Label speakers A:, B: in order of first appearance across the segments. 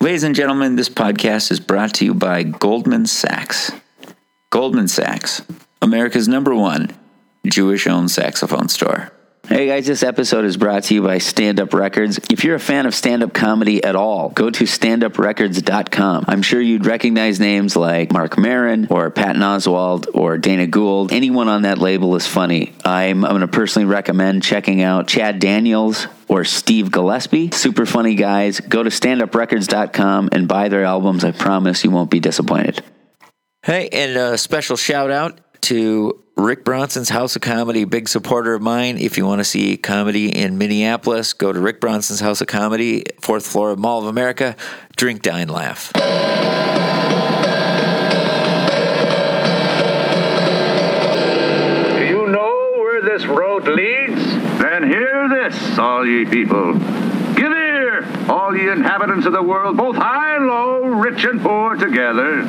A: Ladies and gentlemen, this podcast is brought to you by Goldman Sachs. Goldman Sachs, America's number one Jewish owned saxophone store. Hey guys, this episode is brought to you by Stand Up Records. If you're a fan of stand up comedy at all, go to standuprecords.com. I'm sure you'd recognize names like Mark Marin or Patton Oswald or Dana Gould. Anyone on that label is funny. I'm, I'm going to personally recommend checking out Chad Daniels or Steve Gillespie. Super funny guys. Go to standuprecords.com and buy their albums. I promise you won't be disappointed.
B: Hey, and a special shout out to Rick Bronson's House of Comedy, big supporter of mine. If you want to see comedy in Minneapolis, go to Rick Bronson's House of Comedy, fourth floor of Mall of America. Drink, dine, laugh.
C: Do you know where this road leads? Then hear this, all ye people. Give ear, all ye inhabitants of the world, both high and low, rich and poor together.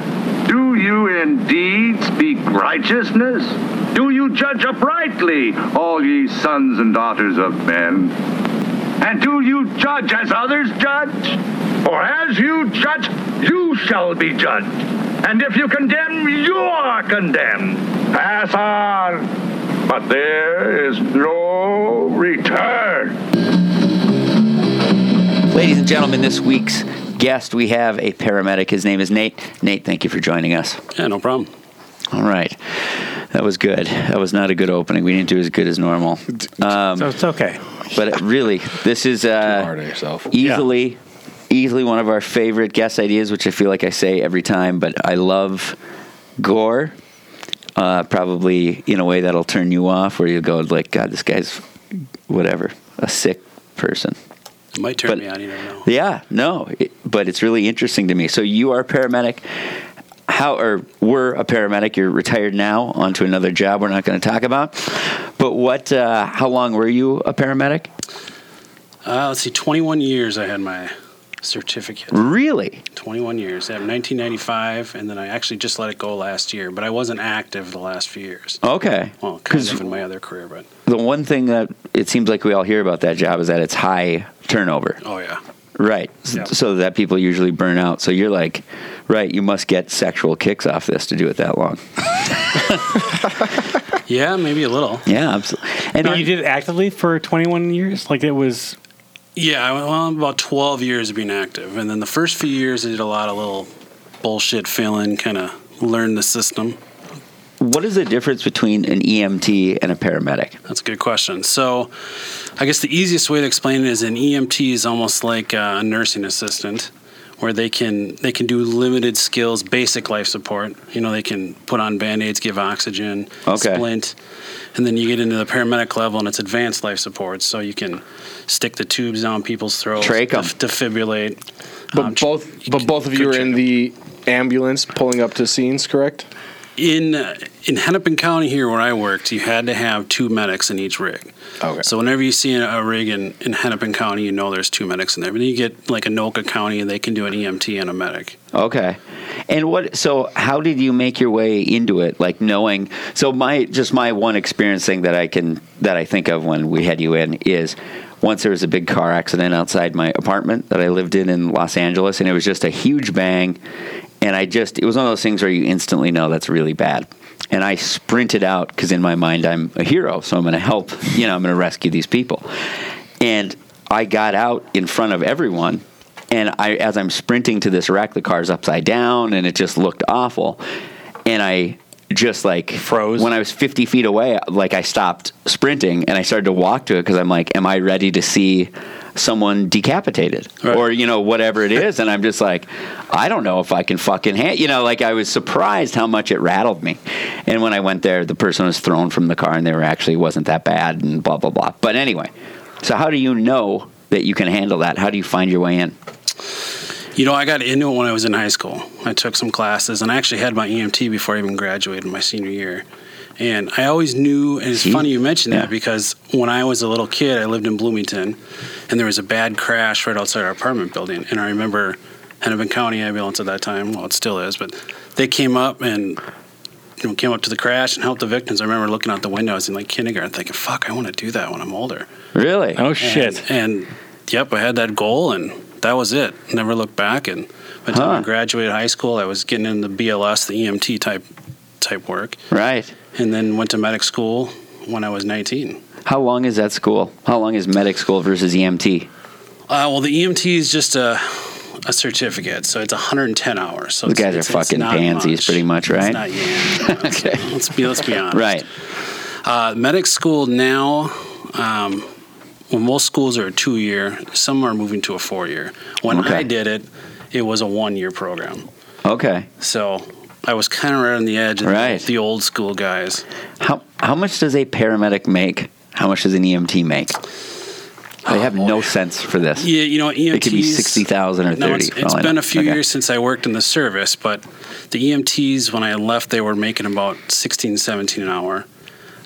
C: Do you indeed speak righteousness? Do you judge uprightly, all ye sons and daughters of men? And do you judge as others judge? For as you judge, you shall be judged. And if you condemn, you are condemned. Pass on. But there is no return.
A: Ladies and gentlemen, this week's guest, we have a paramedic. His name is Nate. Nate, thank you for joining us.
D: Yeah, no problem.
A: All right. That was good. That was not a good opening. We didn't do as good as normal. Um,
E: So it's okay.
A: but it really, this is
D: Hard on
A: uh,
D: yourself.
A: easily. Easily one of our favorite guest ideas, which I feel like I say every time, but I love gore. Uh, probably in a way that'll turn you off, where you go like, "God, this guy's whatever, a sick person."
D: It might turn
A: But-
D: me on. You never know.
A: Yeah, no, it, but it's really interesting to me. So you are a paramedic. How or were a paramedic? You're retired now, onto another job. We're not going to talk about. But what? Uh, how long were you a paramedic?
D: Uh, let's see. 21 years I had my certificate.
A: Really?
D: 21 years. I have 1995, and then I actually just let it go last year. But I wasn't active the last few years.
A: Okay.
D: Well, Oh, kind
A: 'Cause
D: of in my other career, but
A: the one thing that it seems like we all hear about that job is that it's high turnover,
D: oh yeah,
A: right? S-
D: Yeah.
A: So that people usually burn out. So you're like, right? You must get sexual kicks off this to do it that long.
D: yeah, maybe a little.
A: Yeah, absolutely. And
E: But you did it actively for 21 years? Like it was.
D: Yeah, I went well, about 12 years of being active, and then the first few years I did a lot of little bullshit filling, kind of learn the system.
A: what is the difference between an EMT and a paramedic?
D: That's a good question. So, I guess the easiest way to explain it is an EMT is almost like uh, a nursing assistant, where they can they can do limited skills, basic life support. You know, they can put on band aids, give oxygen,
A: Okay.
D: splint, and then you get into the paramedic level and it's advanced life support. So you can stick the tubes down people's throats,
A: Trach 'em.
D: def- defibrillate.
F: But
D: Um,
F: both, but both of you
D: could
F: were in the ambulance pulling up to scenes, correct?
D: in uh, in Hennepin County here where I worked, you had to have two medics in each rig.
F: Okay.
D: So whenever you see a a rig in, in Hennepin County, you know there's two medics in there. But then you get like Anoka County, and they can do an EMT and a medic.
A: Okay. And what so how did you make your way into it like knowing so my just my one experience thing that I can that I think of when we had you in is once there was a big car accident outside my apartment that I lived in in Los Angeles and it was just a huge bang and I just it was one of those things where you instantly know that's really bad. And I sprinted out cuz in my mind I'm a hero so I'm going to help, you know, I'm going to rescue these people. And I got out in front of everyone and I, as I'm sprinting to this rack, the car's upside down, and it just looked awful. And I just like
E: Froze.
A: when I was 50 feet away. Like I stopped sprinting and I started to walk to it because I'm like, am I ready to see someone decapitated
D: Right.
A: or you know whatever it is? and I'm just like, I don't know if I can fucking hand. You know, like I was surprised how much it rattled me. And when I went there, the person was thrown from the car, and they were actually it wasn't that bad, and blah blah blah. But anyway, so how do you know? That you can handle that. How do you find your way in?
D: You know, I got into it when I was in high school. I took some classes, and I actually had my EMT before I even graduated my senior year. And I always knew, and it's
A: Gee.
D: funny you mentioned
A: Yeah.
D: that because when I was a little kid, I lived in Bloomington, and there was a bad crash right outside our apartment building. And I remember Hennepin County Ambulance at that time, well, it still is, but they came up and you know, came up to the crash and helped the victims. I remember looking out the window, I was in like kindergarten, thinking, fuck, I want to do that when I'm older.
A: Really?
E: Oh, shit.
D: And, and, yep, I had that goal, and that was it. Never looked back. And by the time
A: Huh.
D: I graduated high school, I was getting into the BLS, the EMT type type work,
A: Right.
D: and then went to medic school when I was 19.
A: How long is that school? How long is medic school versus E EMT?
D: Uh, well, the EMT is just a a certificate, so it's 110 hours. So
A: Those
D: it's-
A: guys are
D: it's- it's
A: fucking
D: not
A: pansies pretty much,
D: It's
A: right?
D: not- yeah.
A: Okay.
D: let's be let's be honest.
A: Right.
D: Uh, medic school now, um, well, most schools are a two year. Some are moving to a four year. When
A: Okay.
D: I did it, it was a one year program.
A: Okay.
D: So I was kind of right on the edge of
A: Right.
D: the old school guys.
A: How how much does a paramedic make? How much does an EMT make? They have no sense for this.
D: Oh, Yeah, you know, EMTs.
A: It could be sixty thousand or thirty.
D: No, it's,
A: for all
D: it's
A: I
D: been
A: know.
D: a few
A: Okay.
D: years since I worked in the service, but the EMTs, when I left, they were making about 16, 17 an hour.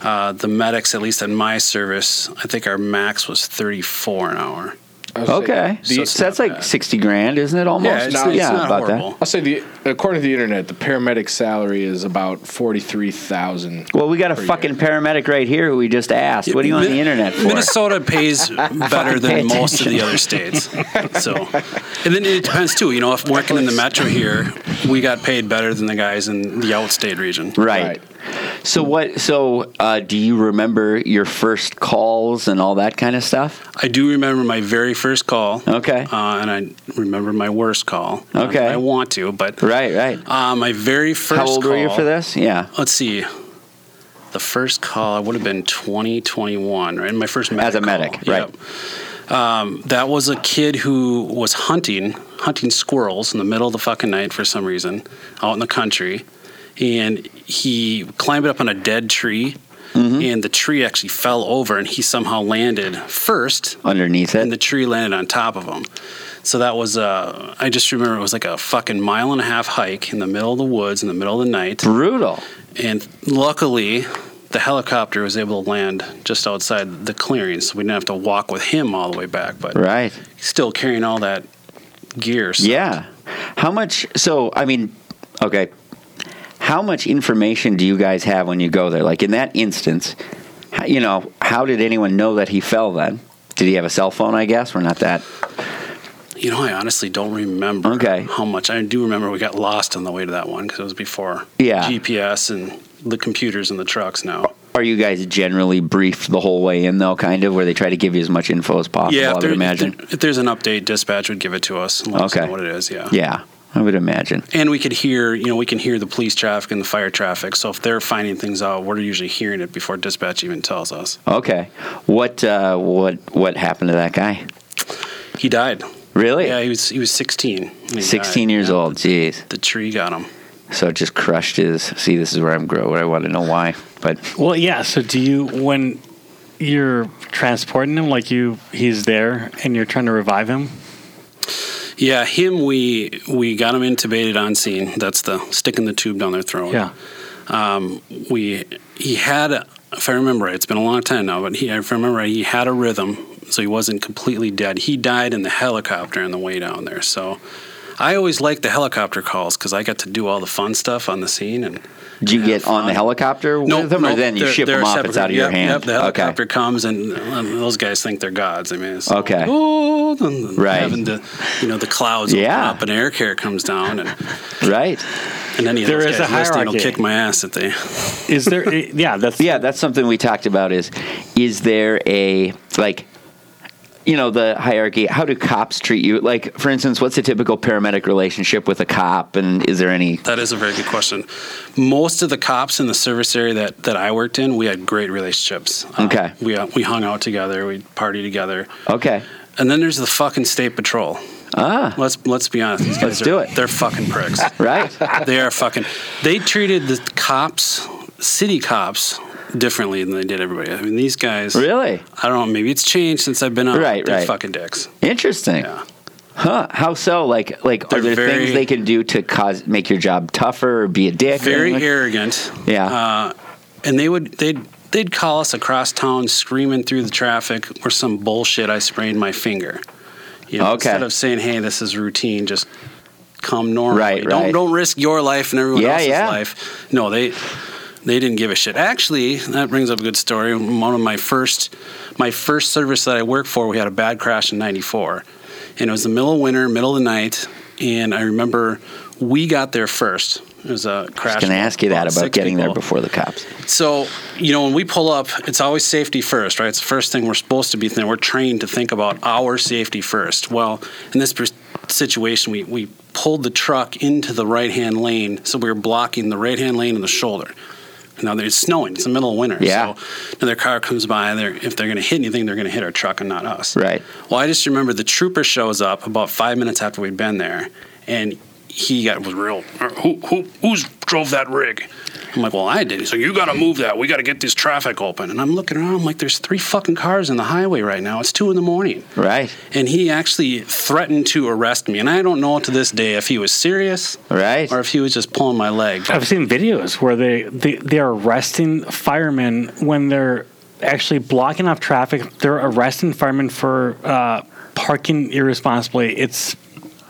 D: Uh, the medics, at least in my service, I think our max was 34 an hour.
F: I would say-
A: Okay,
D: So
A: so,
D: it's
A: that's
D: not
A: like
D: bad.
A: sixty grand, isn't it? Almost.
D: Yeah, it's not- it's not
A: about
D: horrible.
F: I'll say the according to the internet, the paramedic salary is about forty three thousand.
A: that. Well, we got a fucking paramedic right here who we just asked. What are you on
D: Min-
A: the internet for?
D: Minnesota pays better
A: Pay
D: than most of
A: attention.
D: the other states. So, and then it depends too. You know, if working in the metro here, we got paid better than the guys in the outstate region.
A: Right. So what? So uh, do you remember your first calls and all that kind of stuff?
D: I do remember my very first call.
A: Okay.
D: Uh, and I remember my worst call.
A: Oh. Okay.
D: I want to, but
A: Right. Right.
D: Uh, my very first.
A: How old
D: call,
A: were you for this? Yeah.
D: Let's see. The first call I would have been 2021, right? My first medic
A: As a
D: call.
A: medic, right.
D: Yep. Um, that was a kid who was hunting, hunting squirrels in the middle of the fucking night for some reason, out in the country, and he climbed up on a dead tree,
A: Mm-hmm.
D: and the tree actually fell over, and he somehow landed first
A: Underneath
D: and the
A: it.
D: tree landed on top of him. So that was, uh, I just remember it was like a fucking mile and a half hike in the middle of the woods in the middle of the night.
A: Brutal.
D: And luckily, the helicopter was able to land just outside the clearing, so we didn't have to walk with him all the way back, but
A: Right.
D: still carrying all that gear. So
A: Yeah. How much? So, I mean, okay. How much information do you guys have when you go there? Like in that instance, how- you know, how did anyone know that he fell then? Did he have a cell phone? I guess we're not that.
D: You know, I honestly don't remember
A: Okay.
D: how much. I do remember we got lost on the way to that one because it was before
A: Yeah.
D: GPS and the computers and the trucks now.
A: Are you guys generally briefed the whole way in, though, kind of, where they try to give you as much info as possible? I
D: Yeah, if,
A: would
D: there-
A: imagine.
D: If, there- if there's an update, dispatch would give it to us and let us
A: Okay.
D: know what it is. Yeah.
A: yeah, I would imagine.
D: And we could hear, you know, we can hear the police traffic and the fire traffic. So if they're finding things out, we're usually hearing it before dispatch even tells us.
A: Okay, what uh, what what happened to that guy?
D: He died.
A: Really?
D: Yeah, he was he was 16. when he died.
A: Sixteen years old. Jeez.
D: The tree got him.
A: So it just crushed his. See, this is where I'm grow. Where I want to know why, but
E: Well, yeah. So do you when you're transporting him, like you, he's there, and you're trying to revive him?
D: Yeah, him. We we got him intubated on scene. That's the sticking the tube down their
E: Oh,
D: throat. um, we he had a- if I remember right, it's been a long time now, but he if I remember right, he had a rhythm, so he wasn't completely dead. He died in the helicopter on the way down there. So I always liked the helicopter calls because I got to do all the fun stuff on the scene and
A: Do you get on the helicopter with
D: Um, Nope,
A: them, or
D: nope,
A: then you
D: they're-
A: ship
D: they're
A: them off?
D: separate-
A: It's out of your
D: yep,
A: hand.
D: Yep, the helicopter comes and, and those guys think they're gods. I mean, it's all
A: Okay.
D: "Oh," and
A: Right.
D: Having the you know the clouds
A: Yeah.
D: open up and air care comes down and
A: Okay, right?
D: and any of
E: There
D: those
E: is a
D: guys listening will
E: hierarchy.
D: kick my ass if they
E: Is there? eh, yeah. That's
A: Yeah, that's something we talked about. Is is there a like? You know the hierarchy. How do cops treat you? Like, for instance, what's a typical paramedic relationship with a cop, and is there any?
D: That is a very good question. Most of the cops in the service area that, that I worked in, we had great relationships. Uh,
A: Okay.
D: we uh, we hung out together, we party together,
A: Okay,
D: and then there's the fucking state patrol. Ah. Let's let's be honest. These guys
A: Let's
D: are,
A: do it.
D: They're fucking pricks.
A: right?
D: they are fucking. They treated the cops, city cops, differently than they did everybody. I mean, these guys.
A: really
D: I don't know. Maybe it's changed since I've been out.
A: Right,
D: They're
A: right.
D: fucking dicks.
A: interesting.
D: Yeah.
A: Huh? How so? Like, like are
D: They're
A: there
D: very-
A: things they can do to cause make your job tougher or be a dick? or
D: very
A: anything?
D: arrogant.
A: Yeah.
D: Uh, and they would they'd they'd call us across town screaming through the traffic or some bullshit. I sprained my finger. You know,
A: Okay.
D: Instead of saying, "Hey, this is routine," just come normal.
A: Right,
D: Don't
A: right.
D: don't risk your life and everyone
A: Yeah,
D: else's
A: yeah.
D: life. No, they they didn't give a shit. Actually, that brings up a good story. One of my first my first service that I worked for, we had a bad crash in '94. and it was the middle of winter, middle of the night, and I remember we got there first. It was a
A: I
D: crash.
A: was going to ask you that about
D: six
A: getting there
D: people.
A: before the cops.
D: So, you know, when we pull up, it's always safety first, right? It's the first thing we're supposed to be thinking. We're trained to think about our safety first. Well, in this pers- situation, we, we pulled the truck into the right hand lane, so we were blocking the right hand lane and the shoulder. Now there- it's snowing. It's the middle of winter.
A: Yeah.
D: So another car comes by. They're, if they're going to hit anything, they're going to hit our truck and not us.
A: Right.
D: Well, I just remember the trooper shows up about five minutes after we'd been there, and he got was real. uh, Who who who's drove that rig? I'm like, well, I did. He's like, you got to move that. We got to get this traffic open. And I'm looking around. I'm like, there's three fucking cars on the highway right now. It's two in the morning.
A: Right.
D: And he actually threatened to arrest me. And I don't know to this day if he was serious
A: Right.
D: or if he was just pulling my leg.
E: I've seen videos where they, they they're arresting firemen when they're actually blocking off traffic. They're arresting firemen for uh, parking irresponsibly. It's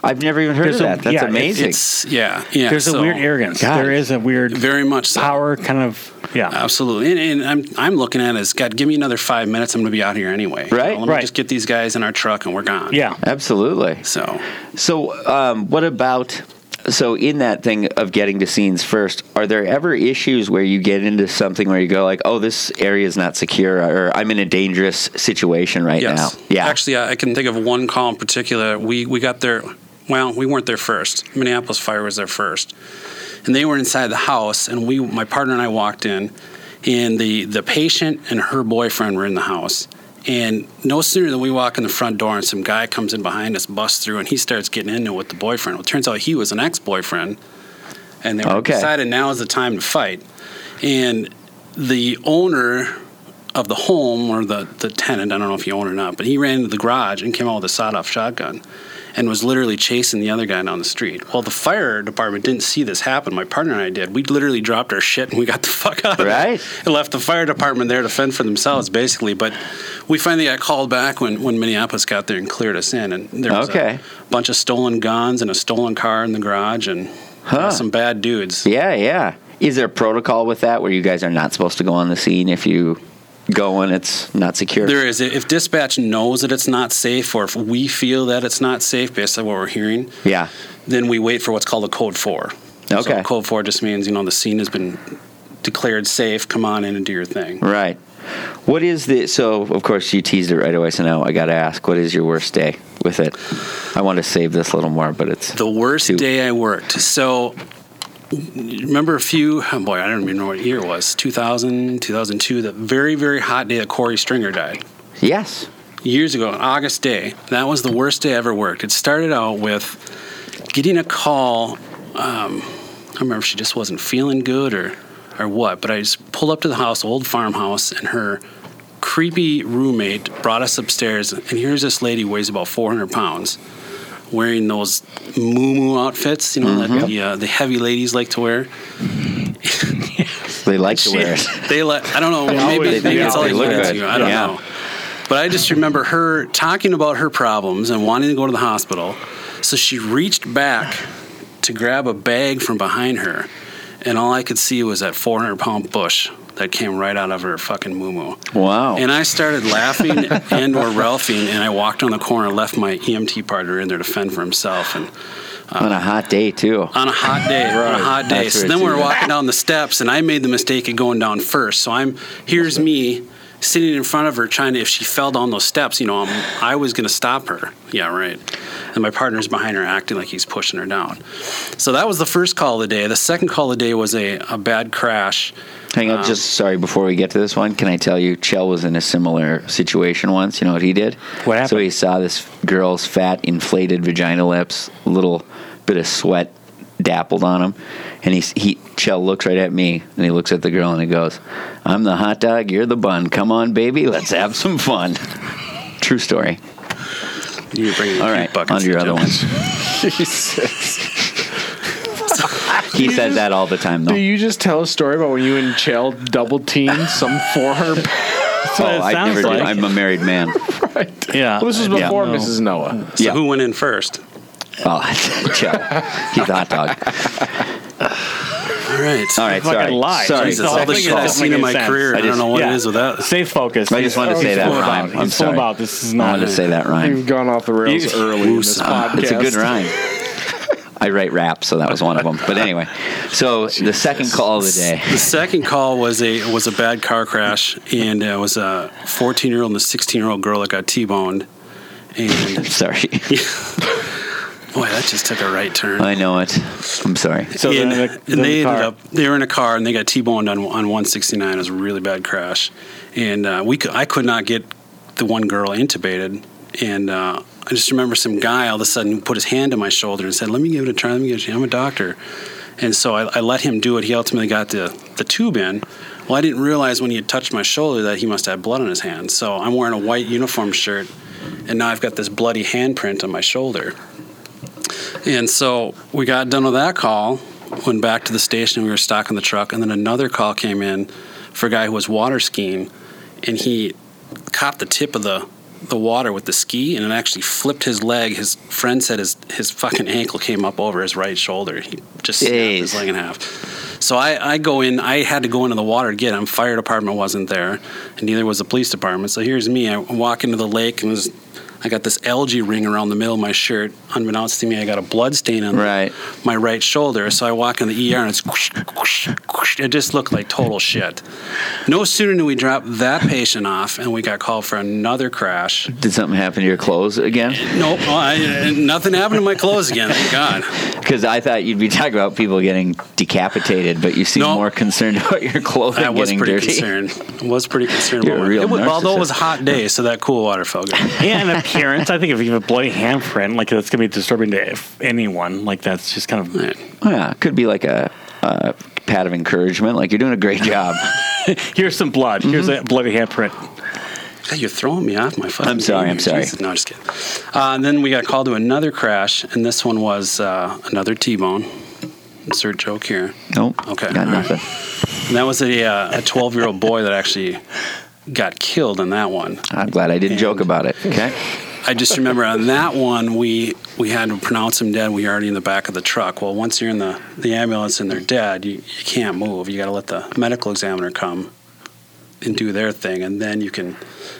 A: I've never even heard of
E: There's a-
A: that. That's
E: yeah, it's-
A: amazing.
D: It's yeah, yeah.
E: there's
D: so-
E: a weird arrogance.
A: God.
E: There is a weird
D: Very much so.
E: power kind of yeah.
D: Absolutely, and, and I'm I'm looking at it as God. Give me another five minutes. I'm going to be out here anyway.
A: Right,
D: let me
E: right.
D: just get these guys in our truck and we're gone.
E: yeah.
A: Absolutely.
D: So
A: So, um, what about so in that thing of getting to scenes first? Are there ever issues where you get into something where you go like, "Oh, this area is not secure," or "I'm in a dangerous situation right
D: yes,
A: now"? Yeah,
D: Actually, I I can think of one call in particular. We we got there. Well, we weren't there first. Minneapolis Fire was there first, and they were inside the house. And we, my partner and I, walked in, and the the patient and her boyfriend were in the house. And no sooner than we walk in the front door, and some guy comes in behind us, busts through, and he starts getting into it with the boyfriend. Well, it turns out he was an ex-boyfriend, and they were
A: Okay.
D: decided now is the time to fight. And the owner of the home or the, the tenant, I don't know if you own or not, but he ran into the garage and came out with a sawed off shotgun and was literally chasing the other guy down the street. Well, the fire department didn't see this happen. My partner and I did. We literally dropped our shit and we got the fuck out of there
A: Right.
D: and left the fire department there to fend for themselves, basically. But we finally got called back when, when Minneapolis got there and cleared us in. And there was
A: Okay.
D: a bunch of stolen guns and a stolen car in the garage and
A: Huh.
D: some bad dudes.
A: yeah, yeah. Is there a protocol with that where you guys are not supposed to go on the scene if you go and it's not secure?
D: There is. If dispatch knows that it's not safe, or if we feel that it's not safe based on what we're hearing,
A: Yeah.
D: then we wait for what's called a code four.
A: Okay.
D: So code four just means you know the scene has been declared safe. Come on in and do your thing.
A: Right. What is the so? Of course, you teased it right away. So now I got to ask, what is your worst day with it? I want to save this a little more, but it's
D: The worst
A: Two.
D: day I worked. So remember a few oh boy, I don't even know what year it was. 2000, 2002, the very very hot day that Corey Stringer died.
A: yes.
D: years ago, an August day. That was the worst day I ever worked. It started out with getting a call. Um, I don't remember if she just wasn't feeling good or, or what, but I just pulled up to the house, old farmhouse, and her creepy roommate brought us upstairs. And here's this lady weighs about 400 pounds, wearing those moo outfits, you know, that the, uh, the heavy ladies like to wear.
A: They like to wear it.
D: They let I don't know. maybe
A: always
D: maybe
A: do.
D: it's
A: They
D: all
A: look
D: you
A: good.
D: you. I don't
A: Yeah.
D: know. But I just remember her talking about her problems and wanting to go to the hospital. So she reached back to grab a bag from behind her, and all I could see was that 400 pound bush that came right out of her fucking moo
A: Wow.
D: And I started laughing and or ralphing, and I walked on the corner, left my EMT partner in there to fend for himself, and
A: on a hot day too.
D: on a hot day. On a hot day.
A: That's
D: so
A: where
D: then
A: it's
D: we're
A: even-
D: walking down the steps, and I made the mistake of going down first. So I'm here's me sitting in front of her, trying to if she fell down those steps, you know, I'm, I was going to stop her. Yeah, right. And my partner's behind her, acting like he's pushing her down. So that was the first call of the day. The second call of the day was a, a bad crash.
A: Hang
E: Um,
A: on, just sorry before we get to this one. Can I tell you, Chell was in a similar situation once. You know what he did?
E: What happened?
A: So he saw this girl's fat, inflated vagina lips, little bit of sweat dappled on him, and he he Chell looks right at me, and he looks at the girl, and he goes, "I'm the hot dog, you're the bun. Come on, baby, let's have some fun." True story.
D: You bring
A: All right, on to your other ones.
F: Jesus.
A: He says that all the time,
F: Do
A: though.
F: you just tell a story about when you and Chell double teamed some 400
E: That's what it
A: Oh, I
E: sounds
A: never do.
E: like.
A: I'm a married man.
F: right?
E: Yeah.
F: Well, this was
E: I don't
F: before
E: know.
F: Mrs. Noah.
D: So
A: Yeah.
D: who went in first?
A: Oh, Chell. He's a hot dog.
D: All right.
A: All right,
E: Fucking
A: sorry.
E: lie.
A: Sorry.
E: Jesus,
D: Jesus, all
E: that
D: the
E: thing
D: shit
E: doesn't
D: I've seen
E: make
D: in
E: any
D: my
E: sense.
D: career, I
A: I just-
D: don't know what it is with that.
E: Stay focused.
A: I just wanted to
E: He's
A: say that
E: full about
A: rhyme.
E: it.
A: I'm
E: He's full
A: sorry.
E: about this. This is
A: I
E: not.
A: wanted to say that rhyme.
F: We've gone off the rails
E: You-
F: early in this
D: Woosah.
F: podcast.
A: uh, It's a good rhyme. I write rap, so that was one of them. But anyway, so the second call of the day.
D: The second call was a was a bad car crash, and uh, it was a 14 year old and a 16 year old girl that got T-boned. And
A: Sorry,
D: boy, that just took a right turn.
A: I know it. I'm sorry.
E: So
D: and,
E: then the-
D: and
E: then the
D: they
E: car-
D: ended up they were in a car and they got T-boned on on 169. It was a really bad crash, and uh, we cou- I could not get the one girl intubated, and uh, I just remember some guy all of a sudden put his hand on my shoulder and said, "Let me give it a try. Let me give it. a try. I'm a doctor," and so I, I let him do it. He ultimately got the the tube in. Well, I didn't realize when he had touched my shoulder that he must have blood on his hand. So I'm wearing a white uniform shirt, and now I've got this bloody handprint on my shoulder. And so we got done with that call, went back to the station, we were stocking the truck, and then another call came in for a guy who was water skiing, and he copped the tip of the the water with the ski and it actually flipped his leg. His friend said his his fucking ankle came up over his right shoulder. He just snapped his
A: Jeez.
D: leg in half. So I, I go in, I had to go into the water to get him. Fire department wasn't there, and neither was the police department. So here's me. I walk into the lake and there's I got this algae ring around the middle of my shirt. Unbeknownst to me, I got a blood stain on
A: Right.
D: my right shoulder. So I walk in the ER and it's whoosh, whoosh, whoosh. it just looked like total shit. No sooner did we drop that patient off and we got called for another crash.
A: Did something happen to your clothes again?
D: Nope, well, I, nothing happened to my clothes again. Thank God.
A: Because I thought you'd be talking about people getting decapitated, but you seem
D: No.
A: more concerned about your clothing
D: I was
A: getting
D: pretty
A: dirty.
D: concerned. I was pretty concerned.
A: You're a
D: about my-
A: real
D: it was, although it
A: narcissist.
D: was a hot day, so that cool water felt good.
E: and appearance. I think if you have a bloody handprint, like that's gonna be disturbing to if- anyone. Like that's just kind of.
A: Yeah, could be like a, a pat of encouragement, like you're doing a great job.
E: Here's some blood. Here's a bloody handprint.
D: God, you're throwing me off my fucking.
A: I'm sorry,
D: game
A: I'm
D: here.
A: sorry.
D: Jesus. No, just kidding. Uh, and then we got called to another crash, and this one was uh, another T-bone. Insert joke here.
A: nope.
D: Okay, all
A: Got
D: right.
A: nothing.
D: And that was a uh, a 12 year old boy that actually got killed in that one.
A: I'm glad I didn't joke about it. Okay.
D: I just remember on that one we we had to pronounce him dead. We were already in the back of the truck. Well, once you're in the, the ambulance and they're dead, you, you can't move. You got to let the medical examiner come and do their thing, and then you can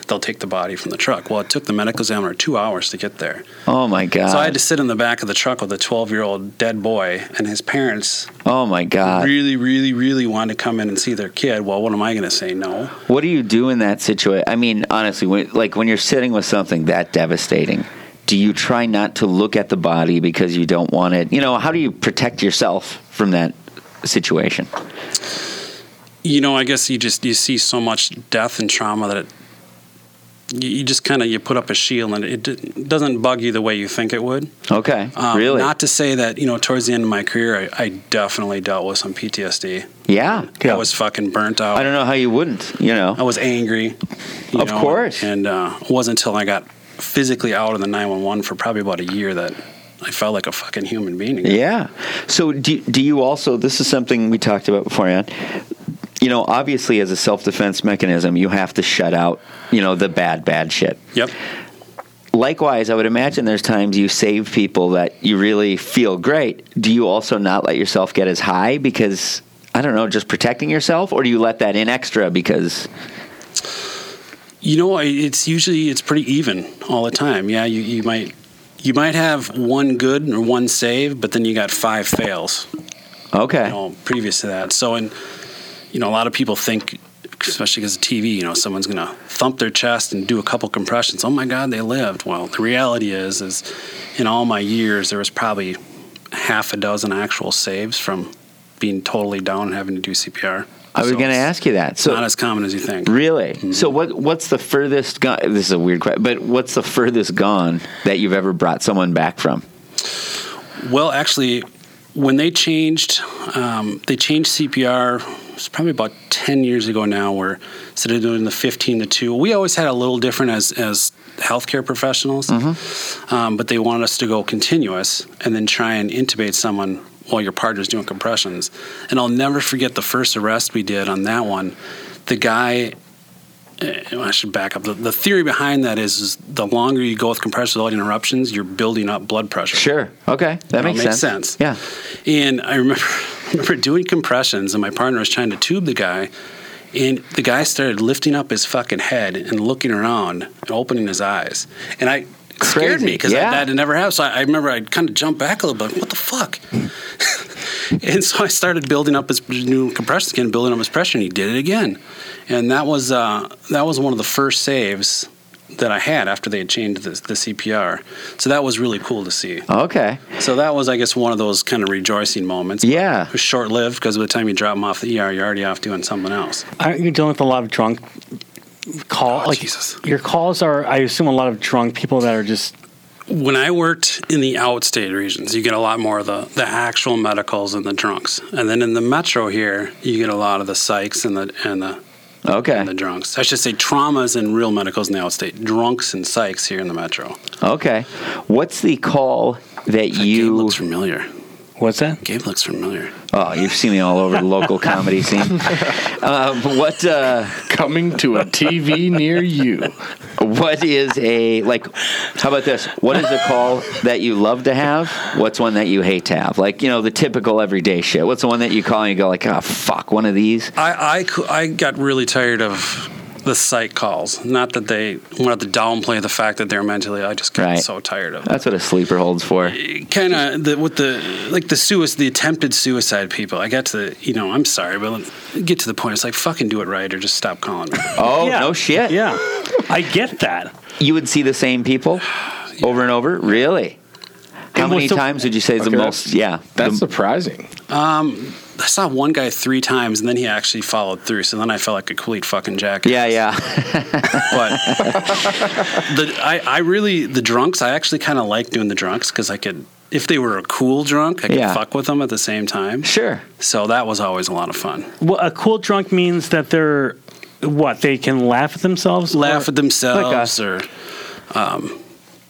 D: they'll take the body from the truck. Well, it took the medical examiner two hours to get there.
A: Oh my god.
D: So I had to sit in the back of the truck with a 12 year old dead boy and his parents.
A: oh my god.
D: really, really, really wanted to come in and see their kid. Well, what am I going to say? No.
A: What do you do in that situation? I mean, honestly, when, like when you're sitting with something that devastating, do you try not to look at the body because you don't want it? You know, how do you protect yourself from that situation?
D: you know i guess you just you see so much death and trauma that it you, you just kind of you put up a shield and it d- doesn't bug you the way you think it would
A: Okay,
D: Um,
A: really?
D: not to say that you know towards the end of my career i, I definitely dealt with some ptsd
A: yeah.
D: i was fucking burnt out
A: I don't know how you wouldn't. You know.
D: I was angry. you
A: Of course.
D: And uh, it wasn't until I got physically out of the 911 for probably about a year that I felt like a fucking human being. again.
A: Yeah. So do, do you also, this is something we talked about before, Ann. You know, obviously, as a self defense mechanism, you have to shut out, you know, the bad, bad shit.
D: Yep.
A: Likewise, I would imagine there's times you save people that you really feel great. Do you also not let yourself get as high because, I don't know, just protecting yourself? Or do you let that in extra because,
D: You know, I- it's usually it's pretty even all the time. Yeah, you, you might you might have one good or one save, but then you got five fails.
A: okay.
D: you know, previous to that. So, and you know, a lot of people think, especially because of TV, you know, someone's gonna thump their chest and do a couple compressions. Oh my God, they lived. Well, the reality is, is in all my years, there was probably half a dozen actual saves from being totally down and having to do CPR.
A: I was
D: So
A: going to
D: it's
A: ask you that. So,
D: Not as common as you think.
A: really? So, what what's the furthest gone? This is a weird question, but what's the furthest gone that you've ever brought someone back from?
D: Well, actually, when they changed, um, they changed CPR. It's probably about ten years ago now. Where instead of doing the fifteen to two, we always had a little different as as healthcare professionals. Um, but they wanted us to go continuous and then try and intubate someone while your partner's doing compressions. And I'll never forget the first arrest we did on that one. The guy well, I should back up. The, the theory behind that is, is the longer you go with compressions without interruptions, you're building up blood pressure.
A: Sure. Okay. That
D: Well,
A: makes,
D: makes
A: sense.
D: sense.
A: Yeah.
D: And I remember I remember doing compressions, and my partner was trying to tube the guy, and the guy started lifting up his fucking head and looking around and opening his eyes, and I. It scared
A: Crazy.
D: me because
A: Yeah.
D: that had never happened. So I, I remember I kind of jumped back a little bit. What the fuck? and so I started building up his new compression skin, building up his pressure, and he did it again. And that was uh, that was one of the first saves that I had after they had changed the, the CPR. So that was really cool to see.
A: Okay.
D: So that was, I guess, one of those kind of rejoicing moments.
A: Yeah.
D: It was short lived because by the time you drop them off the ER, you're already off doing something else.
E: Aren't you dealing with a lot of drunk call?
D: Oh,
E: like
D: Jesus.
E: your calls are, I assume, a lot of drunk people that are just
D: When I worked in the outstate regions, you get a lot more of the, the actual medicals and the drunks. And then in the metro here, you get a lot of the psychs and the, and the, and the
A: Okay.
D: drunks. I should say traumas and real medicals in the outstate, drunks and psychs here in the metro.
A: Okay. What's the call that
D: That Gabe
A: you?
D: looks familiar.
E: what's that?
D: Gabe looks familiar.
A: Oh, you've seen me all over the local comedy scene. Uh, what? Uh,
F: Coming to a TV near you.
A: What is a like? How about this? What is a call that you love to have? What's one that you hate to have? Like you know the typical everyday shit. What's the one that you call and you go like, oh fuck, one of these?
D: I, I, cou- I got really tired of the psych calls. Not that they wanted to downplay the fact that they're mentally. I just got
A: Right.
D: so tired of
A: That's what a sleeper holds for.
D: kind of the, with the like the suicide, the attempted suicide people. I got to the you know I'm sorry, but let- get to the point. It's like fucking do it right or just stop calling me.
A: Oh
E: Yeah.
A: no shit!
E: Yeah, I get that.
A: You would see the same people over and over. Really? How
E: And
A: many
E: what's the-
A: times would you say is the
F: Okay,
A: most? Yeah,
F: That's
A: the,
F: surprising.
D: I saw one guy three times and then he actually followed through. So then I felt like a complete fucking jackass.
A: yeah, yeah.
D: but the I, I really the drunks I actually kind of like doing the drunks because I could if they were a cool drunk I could
A: Yeah.
D: fuck with them at the same time.
A: Sure.
D: So that was always a lot of fun.
E: Well, a cool drunk means that they're what they can laugh at themselves.
D: Laugh
E: or-
D: at themselves or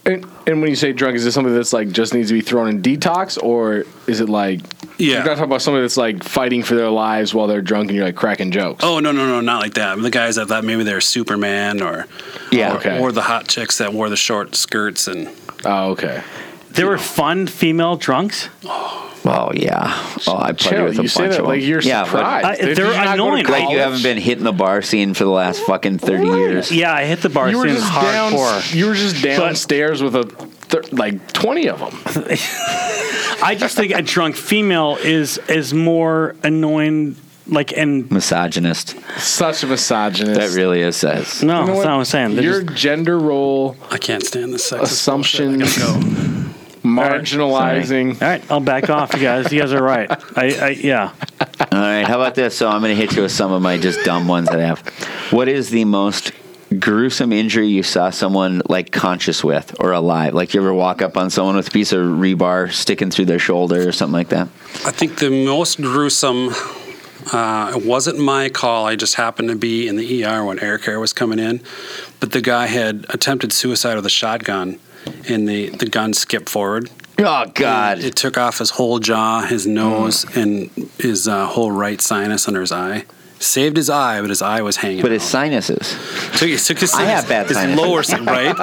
F: And, and when you say drunk, is it something that's like just needs to be thrown in detox, or is it like
D: Yeah.
F: You're not talking about somebody that's like fighting for their lives while they're drunk, and you're like cracking jokes.
D: oh no no no not like that. The guys I thought maybe they're Superman or
A: Yeah.
F: Okay.
D: or the hot chicks that wore the short skirts and
F: Oh, okay.
E: There were fun female drunks.
A: Oh yeah. Oh, I party
F: Chill,
A: with a
F: you
A: bunch
F: say
A: of
F: that
A: them.
F: like you're
A: yeah, but-
F: surprised.
E: I-
F: Did
E: they're
F: you not go to
E: annoying.
F: college?
A: Like you haven't been hitting the bar scene for the last fucking thirty
F: Right.
A: years.
E: Yeah, I hit the bar
F: You were
E: scene
F: just
E: hardcore.
F: down. You were just downstairs with a thir- like twenty of them.
E: I just think a drunk female is is more annoying. Like and
A: Misogynist.
F: Such a misogynist.
A: That really is says.
E: no,
F: You know
E: that's
F: what?
E: not what I'm saying. They're
F: Your
E: just-
F: gender role
D: I can't stand this sex
F: assumption
D: Go.
F: marginalizing.
E: all right, I'll back off, you guys. You guys are right. I, I yeah.
A: All right, how about this? So I'm going to hit you with some of my just dumb ones that I have. What is the most gruesome injury you saw someone like conscious with or alive? Like you ever walk up on someone with a piece of rebar sticking through their shoulder or something like that?
D: I think the most gruesome. Uh, it wasn't my call. I just happened to be in the ER when air care was coming in, but the guy had attempted suicide with a shotgun, and the the gun skipped forward.
A: Oh God! Mm.
D: It took off his whole jaw, his nose, and his uh, whole right sinus under his eye. Saved his eye, but his eye was hanging.
A: But his
D: out.
A: sinuses.
D: took, it took his
A: I have bad
D: his
A: sinuses.
D: lower sin- right.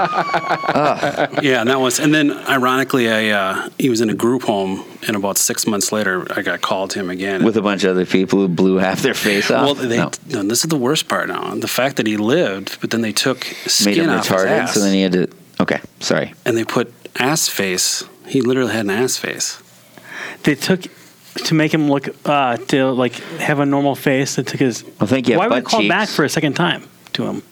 D: yeah, and that was. And then, ironically, I uh, he was in a group home, and about six months later, I got called to him again.
A: With a bunch of other people who blew half their face off.
D: Well, they,
A: No.
D: no, this is the worst part now. The fact that he lived, but then they took
A: made him
D: skin off his
A: retarded,
D: ass,
A: so then he had to. Okay, sorry.
D: and they put ass face. He literally had an ass face.
E: They took to make him look uh, to like have a normal face. They took his.
A: Well, thank you.
E: Why were they
A: butt
E: called back
A: cheeks.
E: for a second time to him?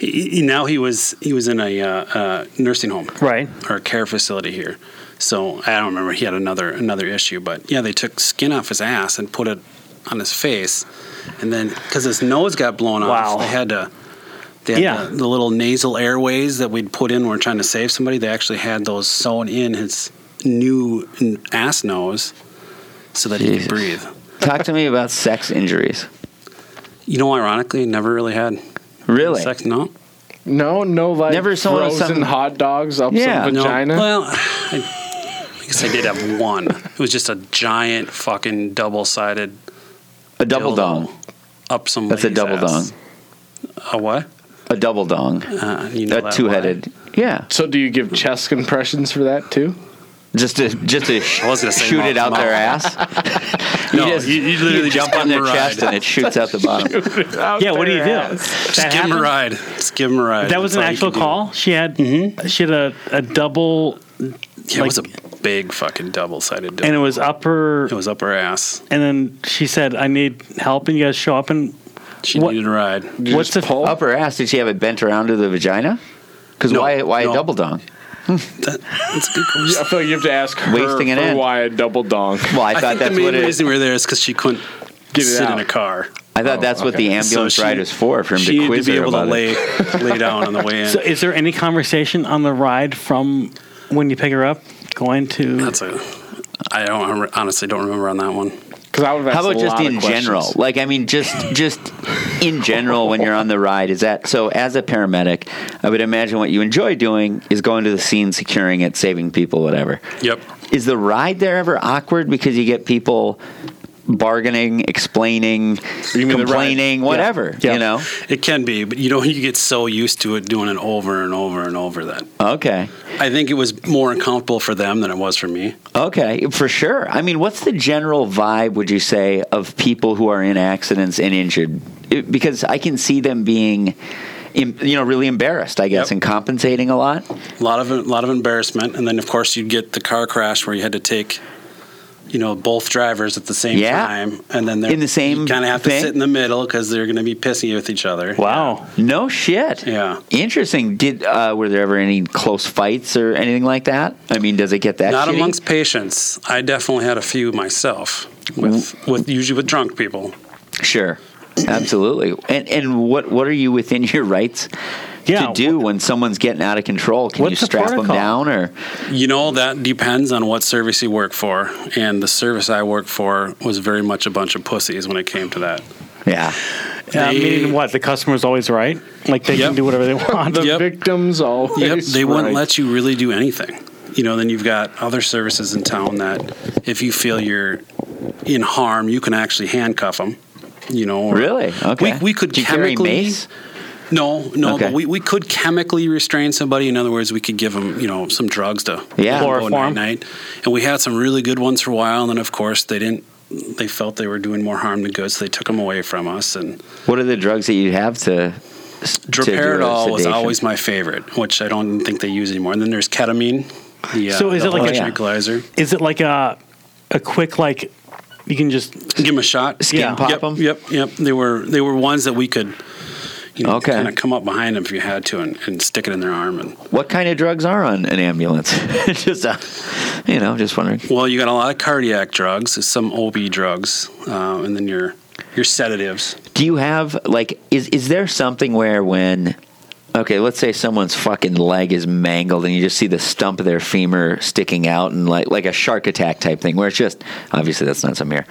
D: He, he- now he was he was in a uh, uh, nursing home,
E: Right.
D: or a care facility here. So I don't remember. He had another another issue, but yeah, they took skin off his ass and put it on his face, and then because his nose got blown
E: Wow.
D: off, they had to. They had
E: Yeah.
D: the, the little nasal airways that we'd put in when we are trying to save somebody. They actually had those sewn in his new n- ass nose, so that he
A: Jesus.
D: could breathe.
A: Talk to me about sex injuries.
D: You know, ironically, never really had
A: Really?
D: sex. No,
F: No, no, like
A: Never someone with
F: frozen
A: something-
F: hot dogs up
A: Yeah.
F: some
A: No.
F: vagina.
D: No. Well, I, I guess I did have one. It was just a giant fucking double sided
A: A double dong.
D: up some.
A: That's a
D: lady's
A: double
D: ass.
A: dong.
D: A what?
A: A double dong.
D: Uh, you know
A: A
D: that
A: two headed. Yeah.
F: So do you give chest compressions for that too?
A: Just to just to
D: I was gonna say
A: shoot
D: mouth-
A: it out their ass. you
D: No,
A: just
D: you- you literally
A: jump
D: just
A: on
D: give
A: their
D: 'em a
A: chest
D: ride.
A: and it shoots out the bottom.
E: yeah, what do you do?
D: Just give him a ride. Just give him a ride.
E: That was an
D: That's all you
E: actual
D: can do.
E: call. She had
A: Mm-hmm.
E: she had a, a double,
D: Yeah, it was
E: like-
D: a big fucking double sided dildo.
E: and it was upper.
D: it was up her ass.
E: and then she said, "I need help, and you guys show up." And
D: She
E: What-
D: needed a ride.
F: You
E: what's the
F: just pull?
A: Upper ass? Did she have it bent around to the vagina? Because
D: No,
A: why why
D: no.
A: a double dong?
D: That, that's a good
F: I
D: question.
F: feel like you have to ask her
A: Wasting it
F: for
A: in.
F: why a double donk.
A: Well, I
D: I,
A: thought
D: think the
A: that's
D: main
A: what it.
D: reason we were there is because she couldn't
F: Get it
D: sit
F: out.
D: in a car.
A: I thought that's what the ambulance
D: Oh, she-
A: ride is for, for him
D: She
A: to
D: needed
A: quiz
D: to be
A: her
D: able to
A: about it.
D: lay lay down on the way in.
E: so, is there any conversation on the ride from when you pick her up going to?
D: that's a. I don't I honestly don't remember on that one.
F: Because I would have
A: How
F: asked
A: about
F: a
A: just
F: lot of
A: in
F: questions.
A: general? Like, I mean, just just in general when you're on the ride, is that so? As a paramedic, I would imagine what you enjoy doing is going to the scene, securing it, saving people, whatever.
D: Yep.
A: Is the ride there ever awkward because you get people bargaining, explaining,
F: You mean the ride?
A: complaining,
F: Yeah.
A: whatever?
F: Yeah.
A: You know?
D: It can be, but you know you get so used to it doing it over and over and over that
A: Okay.
D: I think it was more uncomfortable for them than it was for me.
A: Okay, for sure. I mean, what's the general vibe, would you say, of people who are in accidents and injured? It- because I can see them being, em- you know, really embarrassed, I guess,
D: Yep.
A: and compensating a lot.
D: A lot of a lot of embarrassment, and then of course you'd get the car crash where you had to take, you know, both drivers at the same
A: Yeah.
D: time, and then they're
A: In the same
D: You kind of have
A: thing?
D: to sit in the middle because they're going to be pissy with each other.
E: wow,
A: No shit.
D: Yeah.
A: Interesting. Did uh, were there ever any close fights or anything like that? I mean, does it get that?
D: Not
A: shitty?
D: amongst patients. I definitely had a few myself with
A: Mm.
D: with usually with drunk people.
A: Sure. Absolutely. And and what what are you within your rights?
E: Yeah,
A: to do when someone's getting out of control, can you
E: what's the
A: strap them
E: protocol?
A: down or?
D: You know, that depends on what service you work for. And the service I worked for was very much a bunch of pussies when it came to that.
A: Yeah,
E: I
D: They-
E: mean, what the customer's always right. Like they
D: Yep.
E: can do whatever they want.
F: The
D: Yep.
F: victims always.
D: Yep, they
F: right.
D: wouldn't let you really do anything. You know, then you've got other services in town that if you feel you're in harm, you can actually handcuff them. You know, or-
A: really? Okay.
D: We, we could
A: Do you carry
D: chemically
A: mace?
D: no no
A: Okay.
D: but we, we could chemically restrain somebody. In other words, we could give them you know some drugs to
A: Yeah.
E: Chloroform.
D: night, and we had some really good ones for a while. And then of course they didn't. They felt they were doing more harm than good, so they took them away from us. And
A: What are the drugs that you have to? to do a
D: Droperidol was
A: sedation?
D: always my favorite, which I don't think they use anymore. And then there's ketamine. The, uh,
E: So is
D: the
E: it like
A: a-
D: electric
A: yeah.
D: tranquilizer?
E: Is it like a a quick like you can just
D: Give them a shot.
A: skin
E: Yeah.
A: pop
D: yep,
A: 'em?
D: Yep, yep. They were they were ones that we could, you know,
A: Okay.
D: kind of come up behind them if you had to and, and stick it in their arm. And
A: What kind of drugs are on an ambulance? just, uh, you know, just wondering.
D: well, you got a lot of cardiac drugs, some OB drugs, uh, and then your your sedatives.
A: Do you have like is is there something where when okay, let's say someone's fucking leg is mangled and you just see the stump of their femur sticking out and like like a shark attack type thing where it's just obviously that's not some here,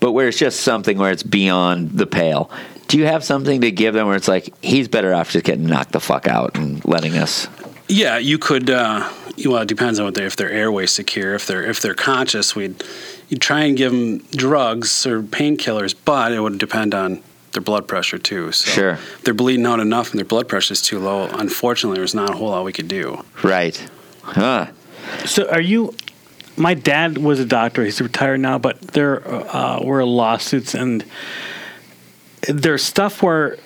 A: but where it's just something where it's beyond the pale. Do you have something to give them where it's like he's better off just getting knocked the fuck out and letting us?
D: Yeah, you could. Uh, you- well, it depends on what they if they're airway secure, if they're if they're conscious. We'd you try and give them drugs or painkillers, but it would depend on their blood pressure too. So
A: Sure.
D: if they're bleeding out enough and their blood pressure is too low. Unfortunately, there's not a whole lot we could do.
A: Right. Huh.
E: So are you? My dad was a doctor. He's retired now, but there uh, were lawsuits and there's stuff where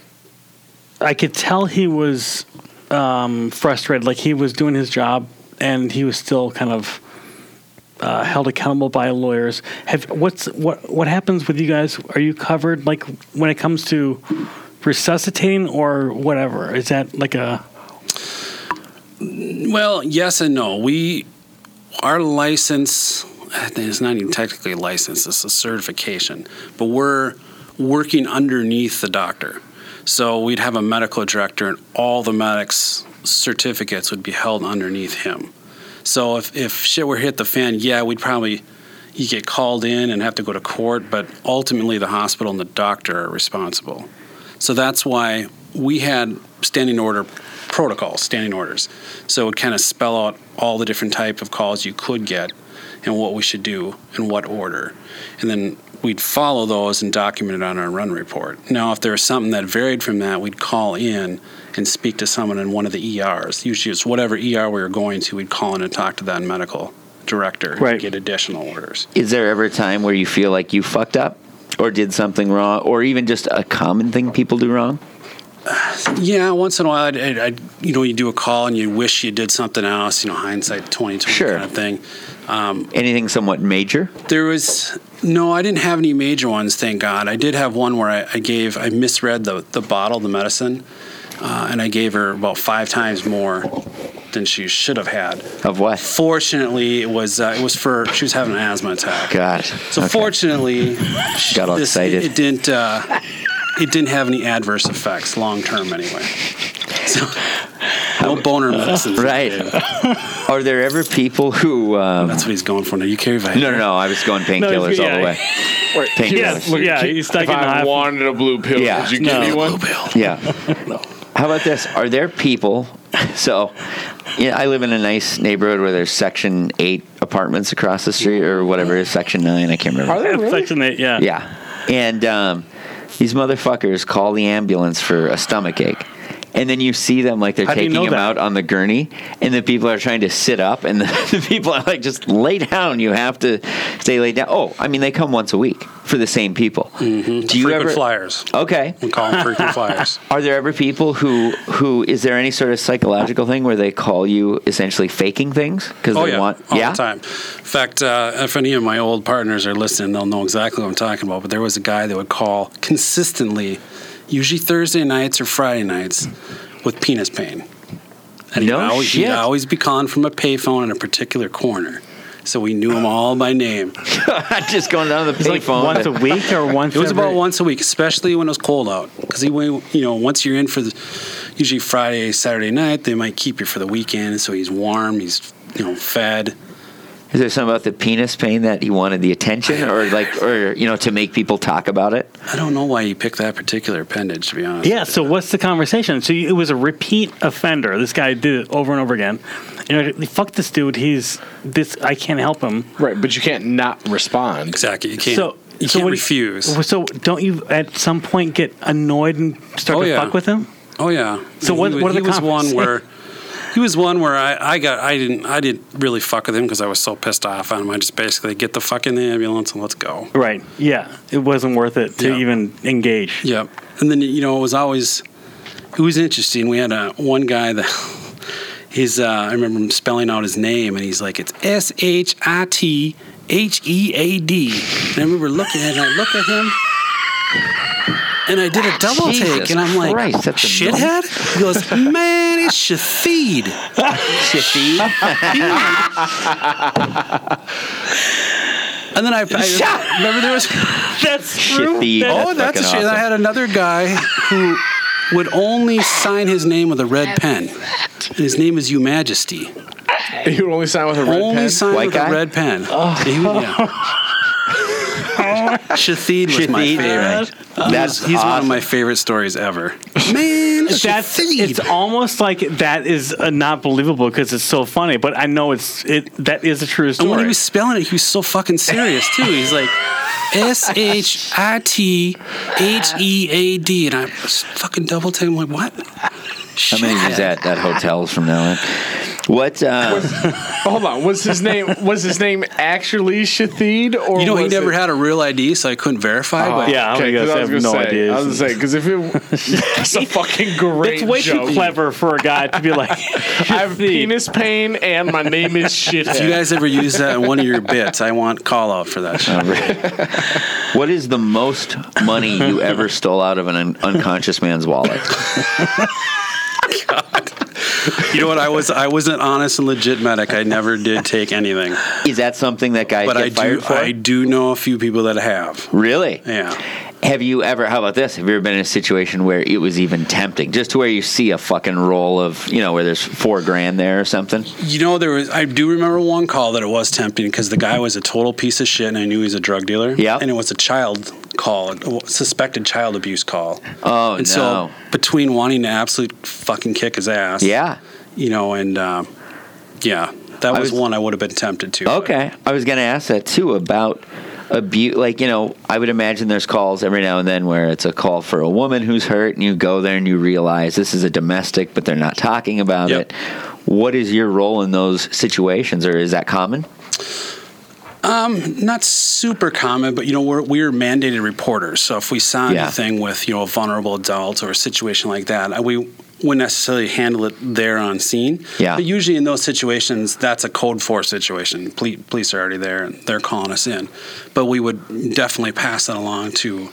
E: I could tell he was um, frustrated. Like he was doing his job and he was still kind of uh, held accountable by lawyers. Have what's what what happens with you guys? Are you covered? Like when it comes to resuscitating or whatever? Is that like a
D: Well, yes and no. We our license I think it's not even technically a license; it's a certification. But we're working underneath the doctor, so we'd have a medical director, and all the medics' certificates would be held underneath him. So if if shit were hit the fan, yeah, we'd probably you get called in and have to go to court, but ultimately the hospital and the doctor are responsible. So that's why we had standing order protocols, standing orders. So it would kind of spell out all the different type of calls you could get and what we should do in what order. And then we'd follow those and document it on our run report. Now, if there was something that varied from that, we'd call in and E speak to someone in one of the ERs. Usually it's whatever ER we were going to, we'd call in and talk to that medical director
E: Right.
D: to get additional orders.
A: Is there ever a time where you feel like you fucked up or did something wrong or even just a common thing people do wrong?
D: Yeah, once in a while, I'd, I'd, I'd, you know, you do a call and you wish you did something else. You know, hindsight twenty twenty
A: Sure.
D: kind of thing.
A: Anything somewhat major?
D: There was no, I didn't have any major ones, thank God. I did have one where I, I gave, I misread the the bottle, the medicine, uh, and I gave her about five times more than she should have had.
A: Of what?
D: Fortunately, it was uh, it was for she was having an asthma attack.
A: God.
D: So
A: Okay.
D: fortunately, she-
A: Got all excited.
D: It, didn't. Uh, it didn't have any adverse effects long term, anyway. So, no boner medicine.
A: Right. Are there ever people who? Um,
D: That's what he's going for now. You carry
A: no, no, no. I was going painkillers all
E: yeah.
A: the way. Painkillers.
E: Look, yeah, he's stuck
F: if
E: in the
F: I
E: high-
F: wanted a blue pill,
A: Yeah.
F: would you give me one?
A: Yeah. How about this? Are there people? So, yeah, I live in a nice neighborhood where there's Section Eight apartments across the street, or whatever, Section Nine. I can't remember.
F: Are there really?
E: Section eight, yeah.
A: Yeah. And um, these motherfuckers call the ambulance for a stomach ache. And then you see them like they're
E: How do you
A: taking
E: know
A: him
E: that?
A: out on the gurney, and the people are trying to sit up, and the, the people are like, just lay down. You have to stay laid down. Oh, I mean, they come once a week for the same people. Do you
D: Mm-hmm. frequent
A: ever?
D: flyers.
A: Okay.
D: We call them frequent flyers.
A: Are there ever people who who is there any sort of psychological thing where they call you essentially faking things because
D: Oh
A: they
D: yeah,
A: want
D: all
A: yeah
D: the time. In fact, uh, if any of my old partners are listening, they'll know exactly what I'm talking about. But there was a guy that would call consistently, usually Thursday nights or Friday nits, with penis pain. And
A: No
D: he'd always,
A: shit.
D: He'd always be calling from a payphone in a particular corner. So we knew him all by name.
A: just going down to the
E: It's like
A: payphone
E: once a week or once.
D: It was about
E: every-
D: once a week, especially when it was cold out. Because he, went- you know, once you're in for the, usually Friday, Saturday night, they might keep you for the weekend. So he's warm, he's you know fed.
A: Is there something about the penis pain that he wanted the attention, or like, or you know, to make people talk about it?
D: I don't know why you picked that particular appendage, to be honest.
E: Yeah. So what's the conversation? So you, it was a repeat offender. This guy did it over and over again. You know, fuck this dude. He's this. I can't help him.
F: Right, but you can't not respond.
D: Exactly. You can't.
E: so
D: you
E: so
D: can't
E: what-
D: refuse.
E: So don't you at some point get annoyed and start
D: Oh,
E: to
D: yeah.
E: fuck with him?
D: oh yeah.
E: So
D: He
E: what-
D: was-
E: what are the
D: he was one
E: conversations?
D: where he was one where I, I got I didn't I didn't really fuck with him because I was so pissed off on him. I just basically get the fuck in the ambulance and let's go.
E: Right. Yeah. It wasn't worth it to
D: Yeah.
E: even engage.
D: Yep. And then you know it was always it was interesting. We had a one guy that his uh, I remember him spelling out his name and he's like it's S H I T H E A D. And I remember looking at him. I look at him. And I did a double
A: Jesus
D: take, and I'm like,
A: Christ, that's a-
D: "Shithead!" He goes, "Man, it's Shafid." And then I, I remember there was
E: That's true.
A: Shitty.
E: That-
D: Oh, that's,
A: fucking
D: a shame.
A: awesome.
D: I had another guy who would only sign his name with a red pen. And his name is You Majesty.
F: You would only sign with a red
D: only
F: pen.
D: signed
A: White
D: with
A: guy?
D: a red pen. He would- yeah. Shathid was my
A: Shafid.
D: favorite.
A: That's
D: he's one of
A: awesome.
D: my favorite stories ever. Man,
E: That's
D: Shathid.
E: it's almost like that is uh, not believable because it's so funny, but I know it's it that is a true
D: And when he
E: story.
D: was spelling it, he was so fucking serious too. He's like S H I T H E A D, and I was fucking double taking. like, what?
A: How many is that? That hotels from now on. What? Uh,
F: Hold on. Was his name was his name actually Shathid or
D: You know, he
F: was
D: never
F: it- Oh,
D: had a real ID, so I couldn't verify. but
E: Yeah, I'm
F: Okay,
E: gonna
F: 'cause
E: guess I
F: was
E: have no
F: gonna say,
E: idea.
F: I was gonna say because if it, that's a fucking
E: It's
F: great
E: way
F: joke.
E: too clever for a guy to be like,
F: I have penis pain and my name is
D: if you
F: Shithead.
D: guys ever use that in one of your bits, I want call out for that. Shit.
A: what is the most money you ever stole out of an un- unconscious man's wallet?
D: You know what? I was I was an honest and legit medic. I never did take anything,
A: Is that something that guys
D: but
A: get
D: I do
A: fired for?
D: I do know a few people that have.
A: really?
D: Yeah.
A: Have you ever? How about this? Have you ever been in a situation where it was even tempting, just to where you see a fucking roll of, you know, where there's four grand there or something?
D: You know, there was. I do remember one call that it was tempting because the guy was a total piece of shit, and I knew he was a drug dealer.
A: Yeah.
D: and it was a child call, a suspected child abuse call.
A: Oh
D: and
A: no!
D: so between wanting to absolute fucking kick his ass,
A: yeah.
D: you know, and uh, yeah, that
A: I
D: was,
A: was-
D: one I would have been tempted to. but-
A: Okay, I was going to ask that too about abuse. Like you know, I would imagine there's calls every now and then where it's a call for a woman who's hurt, and you go there and you realize this is a domestic, but they're not talking about
D: Yep.
A: it. What is your role in those situations, or is that common?
D: not super common, but you know we're we're mandated reporters. So if we saw
A: Yeah.
D: anything with you know a vulnerable adult or a situation like that, uh, we wouldn't necessarily handle it there on scene.
A: Yeah.
D: But usually in those situations, that's a code four situation. Police, police are already there and they're calling us in, but we would definitely pass that along to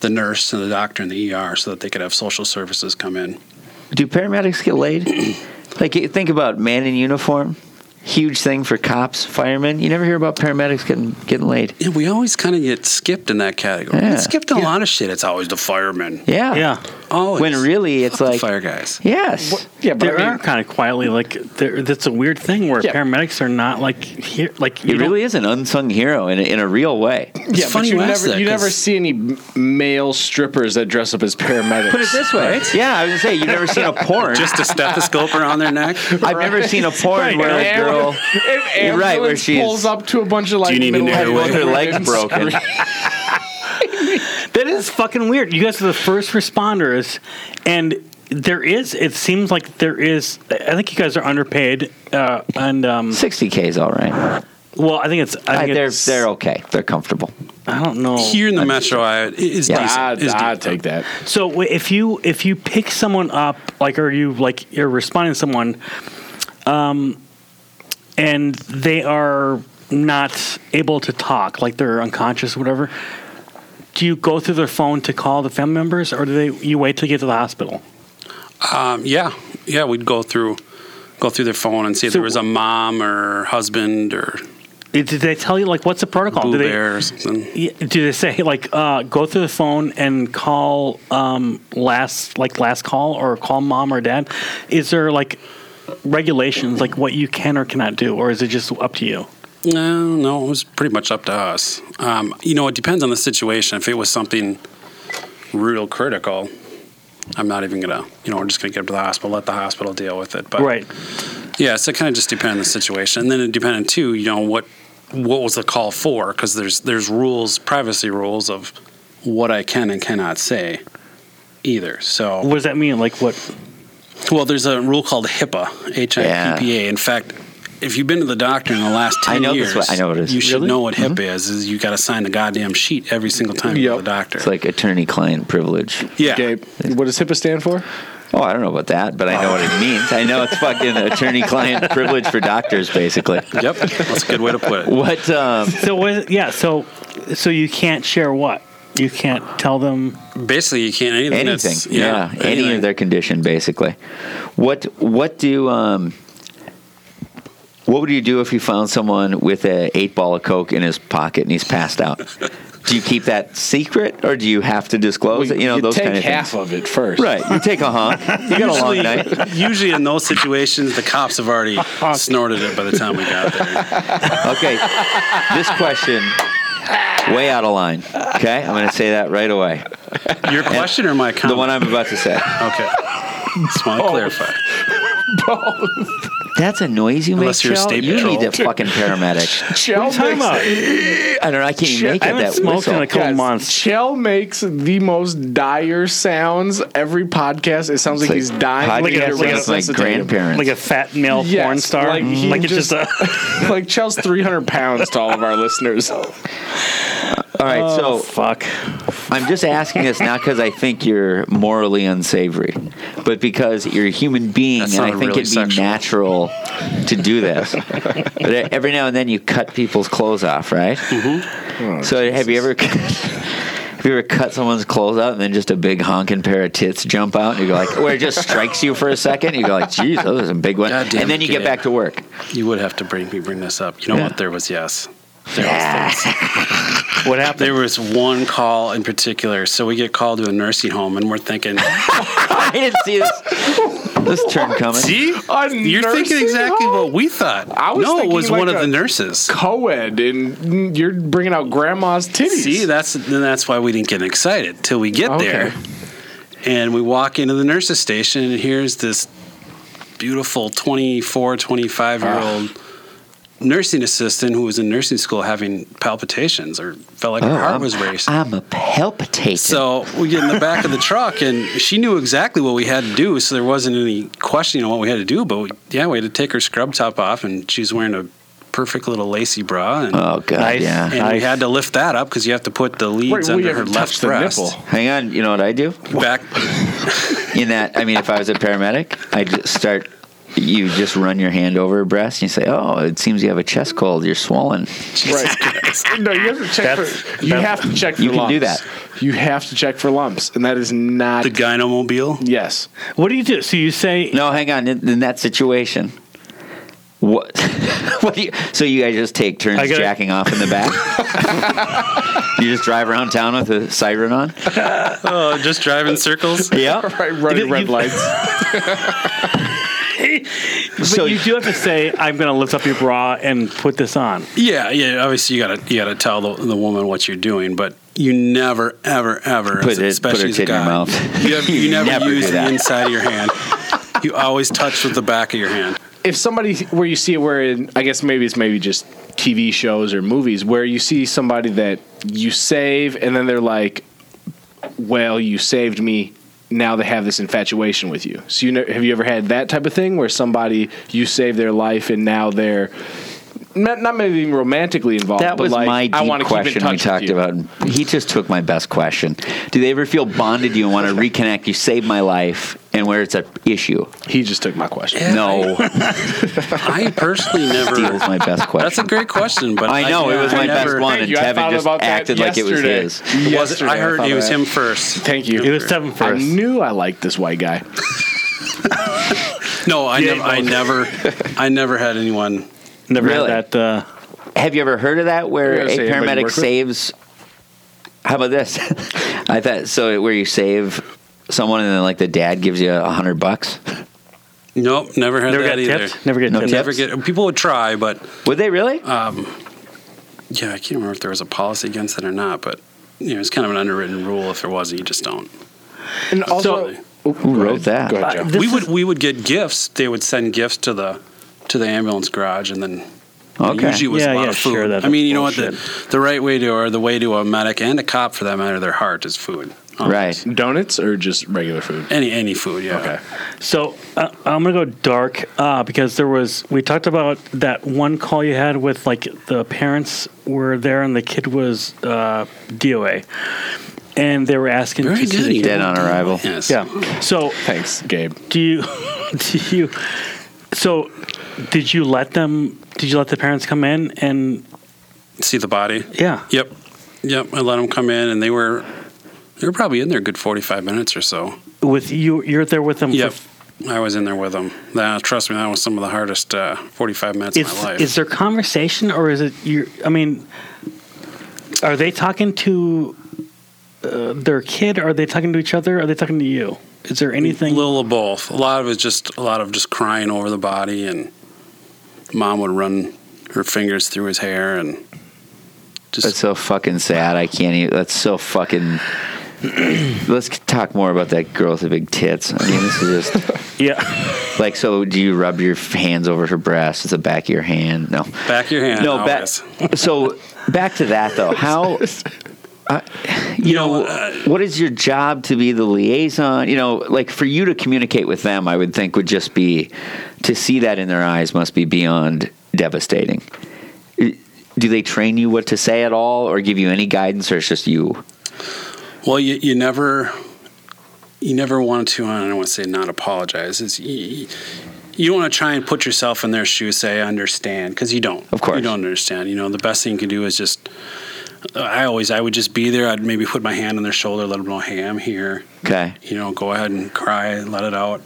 D: the nurse and the doctor and the ER so that they could have social services come in.
A: Do paramedics get laid? like, you think about man in uniform. Huge thing for cops, firemen. You never hear about paramedics getting getting laid.
D: Yeah, we always kind of get skipped in that category. We
A: Yeah.
D: get skipped a lot of shit. It's always the firemen.
A: Yeah,
E: Yeah.
D: Always.
A: When really, it's
D: Fuck the
A: like
D: fire guys.
A: yes,
F: Yeah, but
E: There
F: I mean,
E: are kind of quietly like there. That's a weird thing where
F: Yeah.
E: paramedics are not like here. Like
A: he
E: you don't-
A: really is an unsung hero in a, in a real way.
F: yeah,
D: funny
F: but you
D: you ask
F: never
D: that,
F: you never
D: 'cause-
F: see any m- male strippers that dress up as paramedics.
A: Put it this way, yeah. I was gonna say you've never seen a porn.
D: just a stethoscope around their neck.
A: I've never seen a porn
F: Right,
A: where a
F: an
A: girl.
F: ambulance- an
A: You're right, where
F: ambulance
A: she's-
F: pulls up to a bunch of like
D: you need an
F: middle-aged
D: airway?
A: Both her
F: women
A: legs broken.
E: That is fucking weird. You guys are the first responders, and there is. It seems like there is. I think you guys are underpaid, uh, and um,
A: Sixty k is all right.
E: well, I think it's. I
A: I,
F: Uh,
E: think
A: they're
E: it's,
A: they're okay. They're comfortable.
E: I don't know.
D: Here in the metro, I, it's
A: Yeah.
D: decent.
F: I'd,
D: It's
F: I'd
D: decent.
F: take that.
E: So w- if you if you pick someone up, like, or you like you're responding to someone, um, and they are not able to talk, like they're unconscious, or whatever. Do you go through their phone to call the family members, or do they? You wait till you get to the hospital?
D: Um, yeah, yeah, we'd go through, go through their phone and see if
E: So-
D: there was a mom or husband or
E: Did did they tell you like what's the protocol?
D: blue
E: do they
D: bear or something.
E: Yeah, do they say like uh, go through the phone and call um, last like last call or call mom or dad? Is there like regulations like what you can or cannot do, or is it just up to you?
D: No, no, it was pretty much up to us. Um, you know, it depends on the situation. If it was something real critical, I'm not even gonna. You know, we're just gonna get up to the hospital, let the hospital deal with it. But
E: Right.
D: Yeah, so it kind of just depends on the situation, and then it depended too. You know what what was the call for? Because there's there's rules, privacy rules of what I can and cannot say, either. So
E: What does that mean? Like what?
D: well, there's a rule called HIPAA, H I P P A. In fact, if you've been to the doctor in the last ten
A: I know this
D: years,
A: one- I know what it is.
D: You should
A: Really? Mm-hmm.
D: know what HIPAA is. Is you got to sign the goddamn sheet every single time you go to
F: Yep.
D: the doctor.
A: It's like attorney-client privilege.
D: yeah,
F: Gabe, what does HIPAA stand for?
A: Oh, I don't know about that, but I know what it means. I know it's fucking attorney-client privilege for doctors, basically.
D: yep, that's a good way to put it.
A: What? Um,
E: So what? Yeah. So so you can't share what you can't tell them.
D: Basically, you can't anything. that's-
A: anything. yeah, any of their condition, basically. What? What do? Um, what would you do if you found someone with a eight ball of coke in his pocket and he's passed out? do you keep that secret, or do you have to disclose it? You know those
F: take
A: kind of
F: half
A: things.
F: of it first.
A: Right, you take a honk. You got a long night.
D: Usually in those situations, the cops have already snorted it by the time we got there.
A: Okay, this question way out of line. Okay, I'm going to say that right away.
D: Your question or my comment?
A: The one I'm about to say.
D: okay. Just want to
F: Oh.
D: clarify.
A: That's a noise you
D: Unless
A: make.
D: you're a
A: Shell.
D: state
A: you
D: patrol.
A: need a fucking paramedic.
F: Chell
E: What are you talking
F: makes-
E: about?
A: I don't know. I can't even make
E: I
A: it
E: haven't
A: that
E: smoked
A: whistle.
E: in a couple
F: Guys,
E: months.
F: Chell makes the most dire sounds every podcast. It sounds like,
A: It's
F: he's dying.
A: Like,
E: a-
A: podcast
F: He's
E: like a-
A: with my
F: resuscitated.
A: grandparents.
E: Like a fat male
F: Yes,
E: porn star.
F: like
E: Like,
F: he
E: it's just,
F: just-
E: a.
F: like Chell's 300 pounds to all of our listeners.
A: All right, so
E: Oh fuck.
A: I'm just asking this not because I think you're morally unsavory, but because you're a human being,
D: That
A: and I
D: sounded
A: think
D: really
A: it'd
D: sexual.
A: be natural to do this. but every now and then, you cut people's clothes off, right?
D: Oh,
A: Mm-hmm. So have you ever? Have you ever cut someone's clothes out and then just a big honking pair of tits jump out and you go like, where it just strikes you for a second? You go like, geez, those are some big ones.
D: God damn
A: And then
D: it,
A: you get
D: Gabe.
A: back to work.
D: You would have to bring me bring this up. You know what? There was yes. There was things.
E: What happened?
D: There was one call in particular. So we get called to a nursing home, and we're thinking,
A: I didn't see this this turn coming.
D: "See,
F: A
D: you're thinking
F: nursing
D: exactly
F: home?
D: what we thought."
F: I was
D: no, it
F: thinking
D: was
F: like
D: one
F: a-
D: of the nurses.
F: Co-ed, and you're bringing out grandma's titties.
D: See, that's then that's why we didn't get excited till we get
F: Okay.
D: there. And we walk into the nurse's station, and here's this beautiful 24, 25 year
A: Ah.
D: old nursing assistant who was in nursing school having palpitations or felt like her heart
A: Oh, I'm-
D: was racing.
A: I'm a palpitator.
D: so we get in the back of the truck, and she knew exactly what we had to do, so there wasn't any questioning on what we had to do. But we, yeah, we had to take her scrub top off, and she's wearing a perfect little lacy bra, and,
A: Oh god,
E: Nice.
A: yeah.
D: and we
E: nice.
D: had to lift that up because you have to put the
F: Wait,
D: leads
F: we
D: under her
F: haven't
D: left
F: touched the
D: breast.
F: nipple.
A: Hang on, you know what I do?
D: Back,
A: In that, I mean, if I was a paramedic, I would start. You just run your hand over her breast and you say, "Oh, it seems you have a chest cold. You're swollen."
F: Right. no, you have to check
E: That's-
F: for you
E: that-
F: have to check for
A: You can
F: lumps.
A: do that.
F: You have to check for lumps, and that is not
D: the gynomobile.
F: yes.
E: What do you do? So you say
A: No, hang on. In, in that situation, what? what do you? So you guys just take turns
E: I gotta-
A: jacking off in the back? you just drive around town with a siren on?
D: Oh, just driving circles.
A: Yeah.
F: Right, running
E: You-
F: red
E: you-
F: lights.
E: But
A: So-
E: you do have to say, "I'm going to lift up your bra and put this on."
D: Yeah, yeah. Obviously, you gotta you gotta tell the, the woman what you're doing, but you never, ever, ever,
A: Put it- put her
D: especially as a
A: tit in your
D: guy,
A: mouth.
D: You, have, you,
A: You
D: never,
A: never do
D: use the
A: that.
D: inside of your hand. You always touch with the back of your hand.
F: if somebody where you see it where in, I guess maybe it's maybe just TV shows or movies where you see somebody that you save and then they're like, "Well, you saved me." Now they have this infatuation with you. So you know, have you ever had that type of thing where somebody you saved their life and now they're not, not maybe even romantically involved.
A: That
F: but
A: was
F: like,
A: my
F: I
A: deep
F: want to keep in
A: question
F: touch
A: we
F: with
A: talked
F: you.
A: about. He just took my best question. Do they ever feel bonded? to You and want to reconnect? You saved my life, and where it's an issue?
F: He just took my question.
A: No,
D: I personally never.
A: That was my best question.
D: That's a great question, but
A: I know it was
D: I
A: my
D: never-
A: best one,
F: Thank
A: and
F: you, I
A: Tevin
F: thought
A: just
F: about that
A: acted like it was
F: yesterday.
A: his.
D: Was it-
F: Yesterday
D: I heard
F: thought
D: it was
F: about
D: him first.
F: Thank you.
E: It was seven
F: I
E: first.
F: knew I liked this white guy.
D: No, I
E: Yeah,
D: never, I never, I never had anyone.
E: Never
A: Really?
E: had that. Uh,
A: Have you ever heard of that
F: You
A: where
F: gotta
A: a
F: say everybody
A: paramedic
F: you work with?
A: saves? How about this? I thought so. Where you save someone and then like the dad gives you a hundred bucks.
D: Nope, never had
E: never
D: that
E: got
D: either.
E: tipped. Never get
A: No
E: tipped.
A: tip?
D: Never get. People would try, but
A: Would they really?
D: yeah, I can't remember if there was a policy against it or not. But you know, it's kind of an underwritten rule. If there wasn't, you just don't.
F: And also,
A: Who wrote that?
F: Go ahead, Joe.
E: Uh, this
D: we
E: is-
D: would we would get gifts. They would send gifts to the to the ambulance garage, and then
A: Okay.
D: usually it was
E: Yeah,
D: a lot
E: yeah,
D: of food.
E: sure, that's
D: I mean, you know what? The,
E: bullshit.
D: the right way to or the way to a medic and a cop for that matter, their heart is food. Um,
A: Right.
F: donuts or just regular food?
D: Any any food. Yeah.
F: Okay.
E: So uh, I'm gonna go dark uh, because there was we talked about that one call you had with like the parents were there and the kid was uh, DOA, and they were asking
D: Very
E: to see
D: good.
E: the
D: you
A: Dead
D: know.
A: on arrival.
D: Yes.
E: Yeah. So
F: Thanks, Gabe.
E: do you do you so did you let them did you let the parents come in and
D: See the body.
E: yeah
D: Yep. Yep. I let them come in, and they were they were probably in there a good forty five minutes or so.
E: with you you're there with them
D: Yep.
E: for
D: I was in there with them. That, trust me, that was some of the hardest uh, 45 minutes of
E: Is
D: my life.
E: is there conversation or is it you? I mean, are they talking to uh, their kid? Are they talking to each other? Are they talking to you? Is there anything?
D: A little of both. A lot of it's just a lot of just crying over the body, and mom would run her fingers through his hair and
A: That's
D: just
A: so fucking sad. I can't even. That's so fucking. Let's talk more about that girl with the big tits. I mean, this is just
E: yeah,
A: like so. Do you rub your hands over her breast? It's the back of your hand. No.
D: back your hand.
A: no, back.
D: always.
A: So back to that though. How? Uh, you know,
D: uh,
A: what is your job to be the liaison? You know, like for you to communicate with them, I would think would just be to see that in their eyes must be beyond devastating. Do they train you what to say at all, or give you any guidance, or it's just you?
D: Well, you, you never, you never want to. I don't want to say not apologize. It's you, you want to try and put yourself in their shoes. Say I understand because you don't.
A: Of course.
D: you don't understand. You know the best thing you can do is just. I always I would just be there. I'd maybe put my hand on their shoulder, let them know, hey, I'm here.
A: Okay.
D: You know, go ahead and cry, let it out.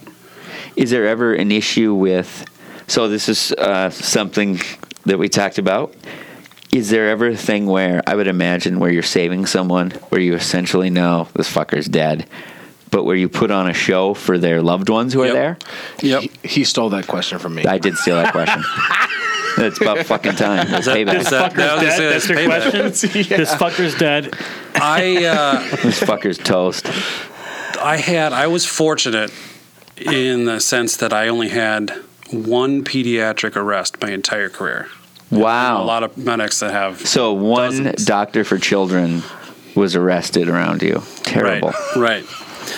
A: Is there ever an issue with? So this is uh, something that we talked about. Is there ever a thing where I would imagine where you're saving someone, where you essentially know this fucker's dead, but where you put on a show for their loved ones who are
D: Yep.
A: there?
D: Yep.
F: He, he stole that question from me.
A: I did steal that question. It's about fucking time. It's payback.
D: is that- that was
E: dead?
D: just-
E: That's your
D: payback.
E: question. This fucker's dead.
D: I uh,
A: this fucker's toast.
D: I had I was fortunate in the sense that I only had one pediatric arrest my entire career. A
A: Wow.
D: lot of medics that have
A: So one
D: Dozens.
A: doctor for children was arrested around you. Terrible.
D: Right. right.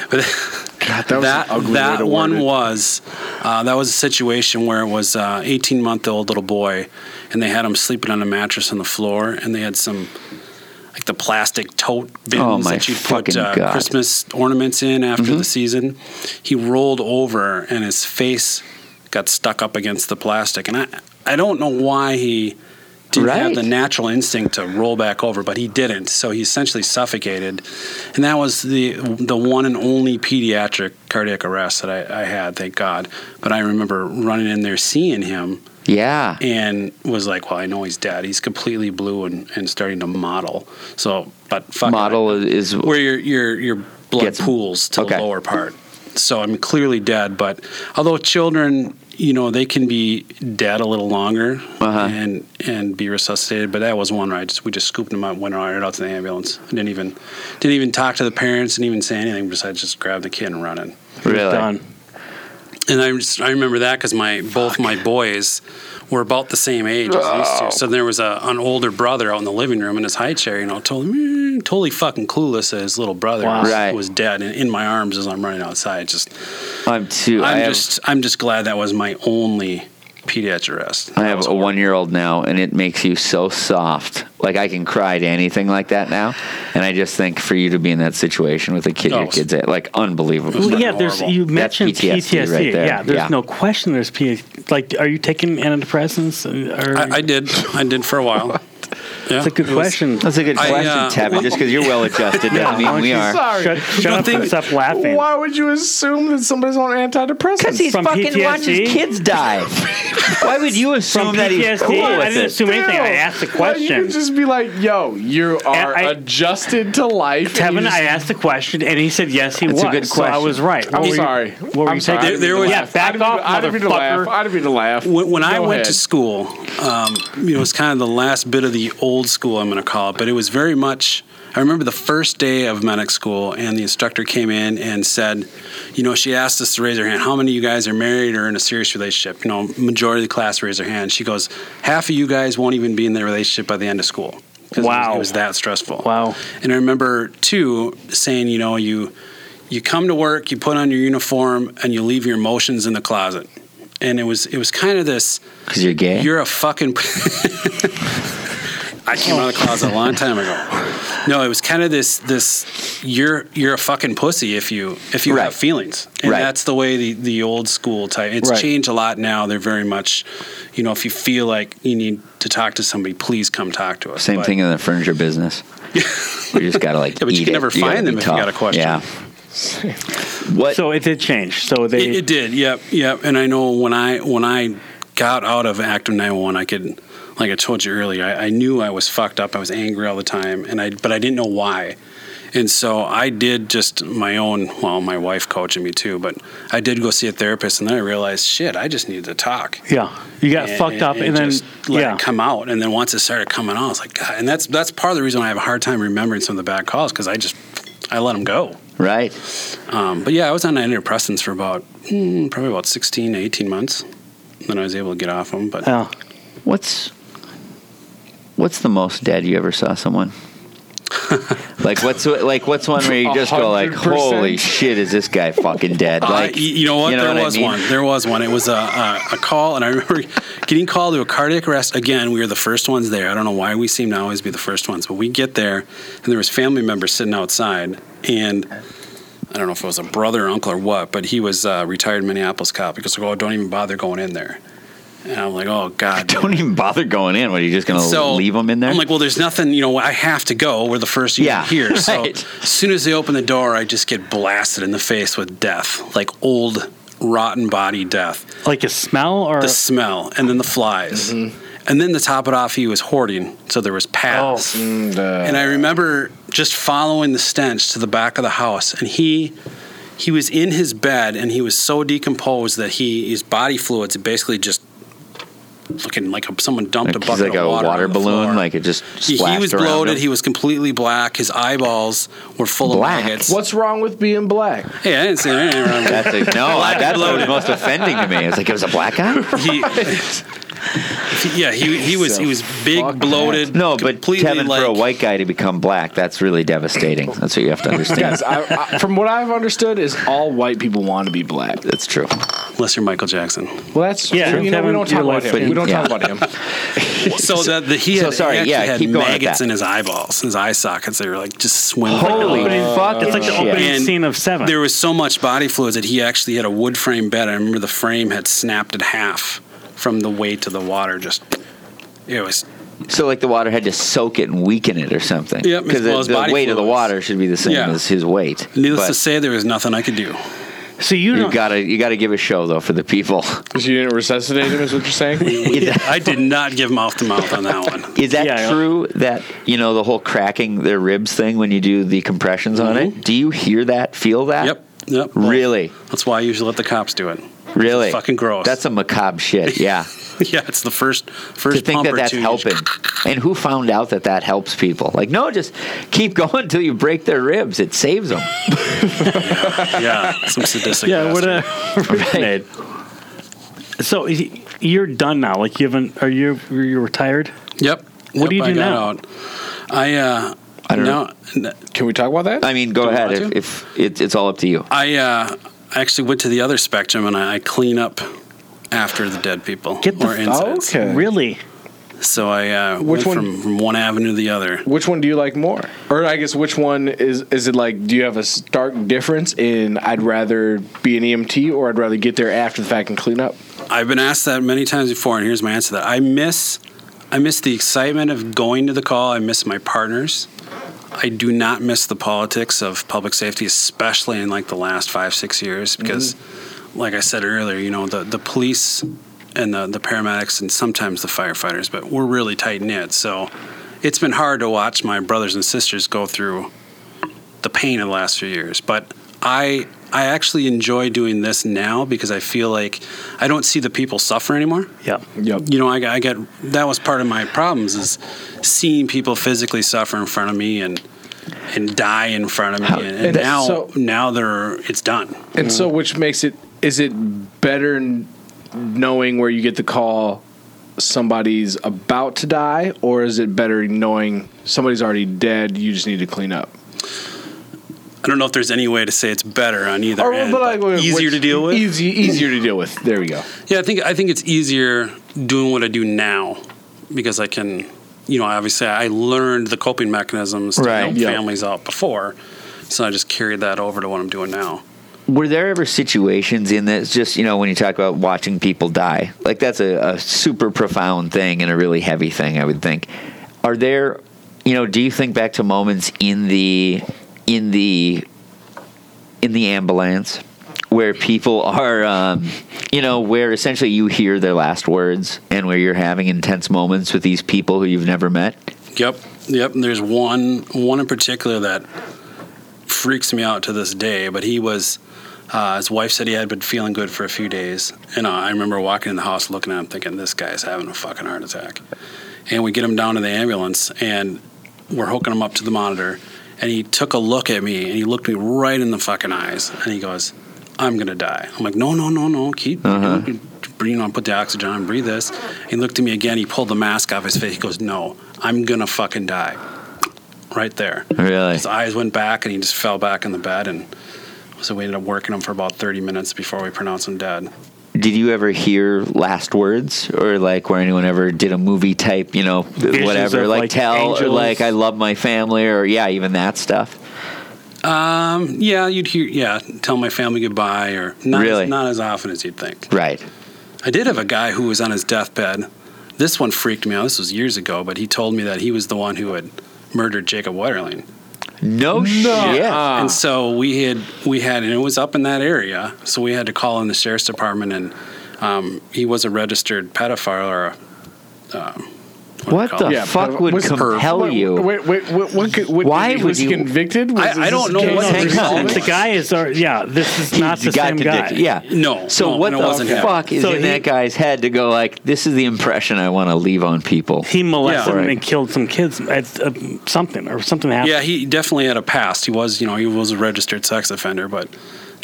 D: But
F: God, that was
D: that
F: an ugly way
D: that
F: to word
D: one
F: it.
D: was uh, that was a situation where it was uh, 18 month old little boy, and they had him sleeping on a mattress on the floor, and they had some like the plastic tote bins
A: Oh, my
D: that you put
A: fucking
D: uh,
A: God.
D: Christmas ornaments in after
F: Mm-hmm.
D: the season. He rolled over, and his face got stuck up against the plastic, and I I don't know why he. Didn't have
A: Right.
D: the natural instinct to roll back over, but he didn't. So he essentially suffocated, and that was the the one and only pediatric cardiac arrest that I, I had. Thank God. But I remember running in there, seeing him,
A: Yeah.
D: and was like, "Well, I know he's dead. He's completely blue and, and starting to model." So, but fuck it.
A: Model is
D: where your your your blood
A: Gets-
D: pools to
A: okay.
D: the lower part. So I'm clearly dead. But although children, you know, they can be dead a little longer
A: Uh-huh.
D: and and be resuscitated. But that was one where I just we just scooped him up, went right out to the ambulance. I didn't even didn't even talk to the parents, didn't even say anything. Besides, just grab the kid and run in.
A: really
E: Done.
D: And I, just, I remember that because my both my boys were about the same age as
A: Oh.
D: these two. So there was a, an older brother out in the living room in his high chair, you know, totally, totally fucking clueless that his little brother
E: Wow.
D: was,
A: Right.
D: was dead and in my arms as I'm running outside. Just
A: I'm too. I
D: I'm
A: have,
D: just I'm just glad that was my only pediatric arrest.
A: I have a one year old now, and it makes you so soft. Like I can cry to anything like that now, and I just think for you to be in that situation with a kid,
D: Oh,
A: your kids at like unbelievable.
D: Well,
E: Well,
D: fucking
E: yeah, there's
D: horrible.
E: you
A: That's
E: mentioned
A: PTSD
E: PTSD.
A: right there.
E: Yeah, there's
A: Yeah.
E: no question. There's P. Like, are you taking antidepressants? Or,
D: I, I did I did for a while. Yeah.
E: that's a good
D: It was-
E: question.
A: That's a good
D: I,
A: question,
D: uh,
A: Tabby. Just because you're well adjusted
E: Yeah,
A: doesn't
E: why
A: mean
E: don't
A: we
E: you-
A: are.
F: Sorry.
E: Shut, shut up
D: Nothing-
E: and stop laughing.
F: Why would you assume that somebody's on antidepressants?
A: Because he's
E: From
A: fucking
E: PTSD?
A: watching his kids die. Why would you assume
E: From
A: that he's
E: PTSD,
A: cool
E: I
A: with
E: didn't
A: it?
E: assume anything. I
F: Still,
E: asked a
F: like, You
E: question.
F: could just be like, "Yo, you are
E: I-
F: adjusted to life." and you
E: Tevin,
F: just-
E: I asked the question, and he said yes, he
A: That's
E: was.
A: a good
E: So I
A: question.
E: was right.
F: I'm
E: What were you-
F: sorry.
E: what were
F: I'm
E: you
F: sorry. I
E: taking?
F: didn't mean
D: There- there
F: to
D: was-
F: laugh.
E: Yeah, back
F: I didn't mean
E: off,
F: to- I didn't mean to laugh.
E: motherfucker.
F: I didn't mean to laugh.
D: When, when I
F: Go
D: went
F: ahead.
D: to school, um, you know, it's kind of the last bit of the old school, I'm going to call it, but it was very much. I remember the first day of medic school, and the instructor came in and said, You know, she asked us to raise her hand. How many of you guys are married or in a serious relationship? You know, majority of the class raised their hand. She goes, Half of you guys won't even be in the relationship by the end of school. 'Cause it was-
E: Wow.
D: it was that stressful.
E: Wow.
D: And I remember too saying, you know, you you come to work, you put on your uniform, and you leave your emotions in the closet. And it was it was kind of this.
A: Because you're gay.
D: You're a fucking. I came out of the closet a long time ago. No, it was kind of this this. You're you're a fucking pussy if you if you
A: Right.
D: have feelings, and
A: Right.
D: that's the way the the old school type. It's
E: Right.
D: changed a lot now. They're very much, you know, if you feel like you need to talk to somebody, please come talk to us.
A: Same
D: But-
A: thing in the furniture business. we just gotta like.
D: Yeah, but you
A: eat
D: can
A: it.
D: never
A: gotta
D: find them
A: be
D: if you
A: tough.
D: got a question.
A: Yeah. What?
E: So it did change. So they.
D: It, it did. Yep, yep. And I know when I when I got out of active 911, I could, like I told you earlier, I, I knew I was fucked up. I was angry all the time, and I but I didn't know why. And so I did just my own. Well, my wife coaching me too, but I did go see a therapist, and then I realized, shit, I just needed to talk.
E: yeah, you got
D: And-
E: fucked up, and,
D: just
E: then
D: let
E: yeah,
D: it come out. And then once it started coming out, I was like, God. And that's that's part of the reason why I have a hard time remembering some of the bad calls because I just I let them go.
A: Right.
D: Um, but yeah, I was on antidepressants for about mm, probably about 16 to 18 months. And Then I was able to get off them. But
E: yeah.
A: What's What's the most dead you ever saw someone? like what's like what's one where you just go like
F: 100%?
A: holy shit is this guy fucking dead
D: Uh,
A: like
D: y- you know what?
A: you know
D: there
A: what I
D: was
A: mean?
D: one. There was one. It was a, a, a call, and I remember getting called to a cardiac arrest. Again, we were the first ones there. I don't know why we seem to always be the first ones, but we get there, and there was family members sitting outside, and I don't know if it was a brother or uncle or what, but he was a retired Minneapolis cop. He goes, "Oh, don't even bother going in there." And I'm like, "Oh God,
A: don't even bother going in what are you just gonna
D: so
A: leave them in there
D: I'm like, well, there's nothing, you know, I have to go. We're the first unit
A: Yeah,
D: here. So
A: right.
D: as soon as they open the door, I just get blasted in the face with death, like old, rotten body death.
E: Like a smell or
D: The smell, and then the flies. And then to top it off, he was hoarding. So there was paths. And I remember just following the stench to the back of the house, and he he was in his bed, and he was so decomposed that he his body fluids basically just looking like someone dumped a
A: Like, he's
D: bucket
A: like
D: of
A: a
D: water,
A: water,
D: on the
A: balloon
D: floor.
A: like it just
D: He,
A: splashed
D: he was
A: around
D: bloated.
A: him.
D: He was completely black. His eyeballs were full
A: Black?
D: of maggots.
F: What's wrong with being black?
D: Hey, I didn't say anything wrong. with
A: that's like no I, that's what was most offending to me it's like it was a black guy
D: he, yeah, he, he was he was big, bloated.
A: No, but
D: completely
A: Kevin,
D: like,
A: for a white guy to become black, that's really devastating. That's what you have to understand.
F: Yes, I, I, from what I've understood, is all white people want to be black.
A: That's true.
D: unless you're Michael Jackson.
F: Well, that's
E: Yeah,
F: You know, we
E: Kevin,
F: don't
E: you're
F: talk about
E: right,
A: but
F: him. We don't
A: yeah.
F: talk about him.
D: So that the, he
A: so
D: had,
A: sorry,
D: he actually
A: yeah,
D: had
A: keep going with
D: maggots
A: that.
D: in his eyeballs, his eye sockets. They were like just swimming.
A: Holy fuck!
E: It's like the
A: shit.
E: opening
D: And
E: scene of Seven.
D: There was so much body fluids that he actually had a wood frame bed. I remember the frame had snapped in half from the weight of the water. Just it was
A: So like the water had to soak it and weaken it or something.
D: Yep, as
A: because
D: well as
A: the,
D: body
A: weight of the
D: fluids.
A: water should be the same
D: Yeah.
A: as his weight.
D: needless
A: But
D: to say there was nothing I could do.
E: so you
A: you
E: don't.
A: gotta you gotta give a show though for the people.
F: Because you didn't resuscitate him, is what you're saying?
A: Is that,
D: I did not give mouth to mouth on that one.
A: is that
E: Yeah.
A: true? That you know the whole cracking their ribs thing when you do the compressions on it. Do you hear that? Feel that?
D: Mm-hmm. Yep. Yep.
A: Really,
D: That's why I usually let the cops do it.
A: really.
D: fucking gross.
A: That's a macabre shit. Yeah.
D: yeah, it's the first first
A: to think
D: pump
A: that
D: or
A: that's
D: two.
A: helping. And who found out that that helps people? Like, no, just keep going until you break their ribs. It saves them.
D: Yeah, some sadistic.
E: yeah, what uh,
D: bastard.
E: a
A: Right.
E: So y- you're done now. Like you haven't. Are you? You're retired.
D: Yep.
E: What do you
D: Yep,
E: do
D: I got
E: now?
D: out. I uh
A: I don't
D: now,
F: Can we talk about that?
A: I mean, go
D: Don't
A: ahead.
D: want
A: If,
D: to?
A: if it, it's all up to you.
D: I uh actually went to the other spectrum and I, I clean up after the dead people
E: Get the
D: or
E: f-
D: incidents.
F: Okay.
E: Really?
D: So I uh
F: Which
D: went
F: one-
D: from, from one avenue to the other.
F: Which one do you like more? Or I guess which one is is it like do you have a stark difference in I'd rather be an EMT or I'd rather get there after the fact and clean up?
D: I've been asked that many times before and here's my answer to that. I miss I miss the excitement of going to the call. I miss my partners. I do not miss the politics of public safety, especially in like the last five, six years, because like I said earlier, you know, the, the police and the, the paramedics and sometimes the firefighters, but we're really tight knit. So it's been hard to watch my brothers and sisters go through the pain of the last few years. But I I actually enjoy doing this now because I feel like I don't see the people suffer anymore
E: Yeah.
F: Yep.
D: you know, I, got- I get that was part of my problems is seeing people physically suffer in front of me and and die in front of me, and, and
F: And
D: now
F: so-
D: now they're it's done.
F: And so which makes it is it better n- knowing where you get the call somebody's about to die or is it better knowing somebody's already dead you just need to clean up?
D: I don't know if there's any way to say it's better on either
F: Or
D: end,
F: Oh, but
D: but
F: like,
D: easier
F: which-
D: to deal with.
F: Easy, easier to deal with. There we go.
D: Yeah, I think I think it's easier doing what I do now because I can, you know, obviously I learned the coping mechanisms to
A: Right,
D: help
F: yeah.
D: families out before, so I just carried that over to what I'm doing now.
A: Were there ever situations in this, just, you know, when you talk about watching people die? Like, that's a, a super profound thing and a really heavy thing, I would think. Are there, you know, do you think back to moments in the, in the, in the ambulance where people are, um, you know, where essentially you hear their last words and where you're having intense moments with these people who you've never met?
D: Yep, yep. And there's one one in particular that freaks me out to this day. But he was uh, his wife said he had been feeling good for a few days, and uh, I remember walking in the house looking at him, thinking this guy's having a fucking heart attack. And we get him down to the ambulance, and we're hooking him up to the monitor. And he took a look at me, and he looked me right in the fucking eyes, and he goes, "I'm gonna die." I'm like, "No, no, no, no, keep." You know, put the oxygen on, breathe this. He looked at me again. He pulled the mask off his face. He goes, "No, I'm gonna fucking die." Right there.
A: Really?
D: His eyes went back and he just fell back in the bed. And so we ended up working him for about 30 minutes before we pronounced him dead.
A: did you ever hear last words or like where anyone ever did a movie type you know
E: Visions
A: whatever
E: of,
A: like,
E: like,
A: tell or
E: angels.
A: like i love my family or yeah even that stuff
D: Um, yeah, you'd hear, yeah, tell my family goodbye or not,
A: Really?
D: as, not as often as you'd think.
A: right
D: I did have a guy who was on his deathbed. This one freaked me out. This was years ago, but he told me that he was the one who had murdered Jacob Wetterling.
A: no, shit
E: Ah.
D: And so we had we had and it was up in that area, so we had to call in the sheriff's department and um, he was a registered pedophile or a
A: what the
F: Yeah,
A: fuck
F: but
A: would
F: was-
A: compel
F: Wait,
A: you
F: Wait, wait, what, what, could- what,
A: Why
F: was
A: would
F: he
A: you-
F: convicted? Was
D: I- I
F: this
D: don't
F: a
D: know
F: case
D: what
F: of
A: Hang
F: resolve?
A: on.
E: The guy is. Or, yeah. This is not the
A: got
E: same guy.
A: convicted. yeah
D: No,
A: so
D: no,
A: what
D: no, it wasn't
A: the
D: him.
A: fuck is
E: So
A: in
E: he-
A: that guy's head to go like this is the impression i want to leave on people
E: He molested
D: Yeah.
E: him and killed some kids at uh, something or something happened.
D: Yeah, he definitely had a past. He was, you know, he was a registered sex offender, but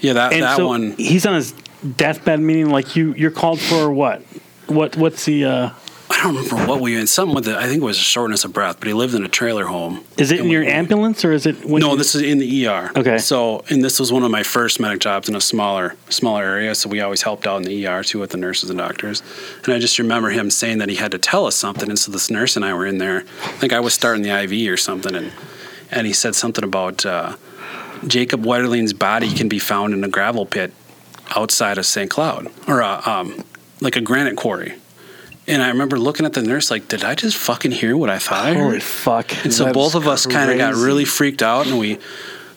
D: yeah, that
E: and
D: that
E: so
D: one.
E: he's on his deathbed meaning like you you're called for what What what's the uh,
D: I don't remember what we in some with the I think it was shortness of breath, but he lived in a trailer home.
E: is it in your ambulance or is it when
D: no,
E: you-
D: this is in the ER.
E: Okay.
D: So, and this was one of my first medic jobs in a smaller, smaller area. So we always helped out in the ER too with the nurses and doctors. And I just remember him saying that he had to tell us something. And so this nurse and I were in there. I think I was starting the IV or something, and and he said something about uh, Jacob Wetterling's body can be found in a gravel pit outside of St. Cloud or uh, um, like a granite quarry. And I remember looking at the nurse like, did I just fucking hear what I thought I
E: Holy
D: heard?
E: fuck!
D: And so
F: That's
D: both of us kind of got
F: crazy.
D: really freaked out, and we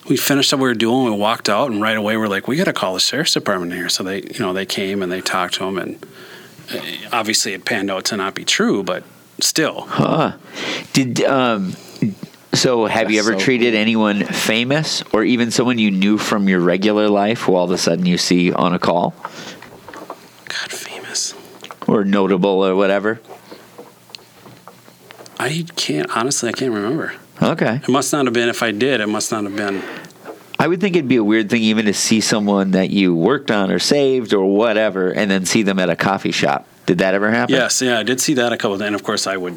D: we finished what we were doing. We walked out, and right away we're like, we got to call the sheriff's department here. So they, you know, they came and they talked to him, and uh, obviously it panned out to not be true, but still,
A: Huh. Did um so have you
F: That's
A: ever
F: so
A: treated anyone famous or even someone you knew from your regular life who all of a sudden you see on a call
D: God, famous.
A: or notable or whatever?
D: I can't honestly, I can't remember.
A: Okay.
D: It must not have been. If I did, it must not have been.
A: I would think it'd be a weird thing even to see someone that you worked on or saved or whatever and then see them at a coffee shop. Did that ever happen?
D: Yes, yeah, I did see that a couple. Of, and of course, I would.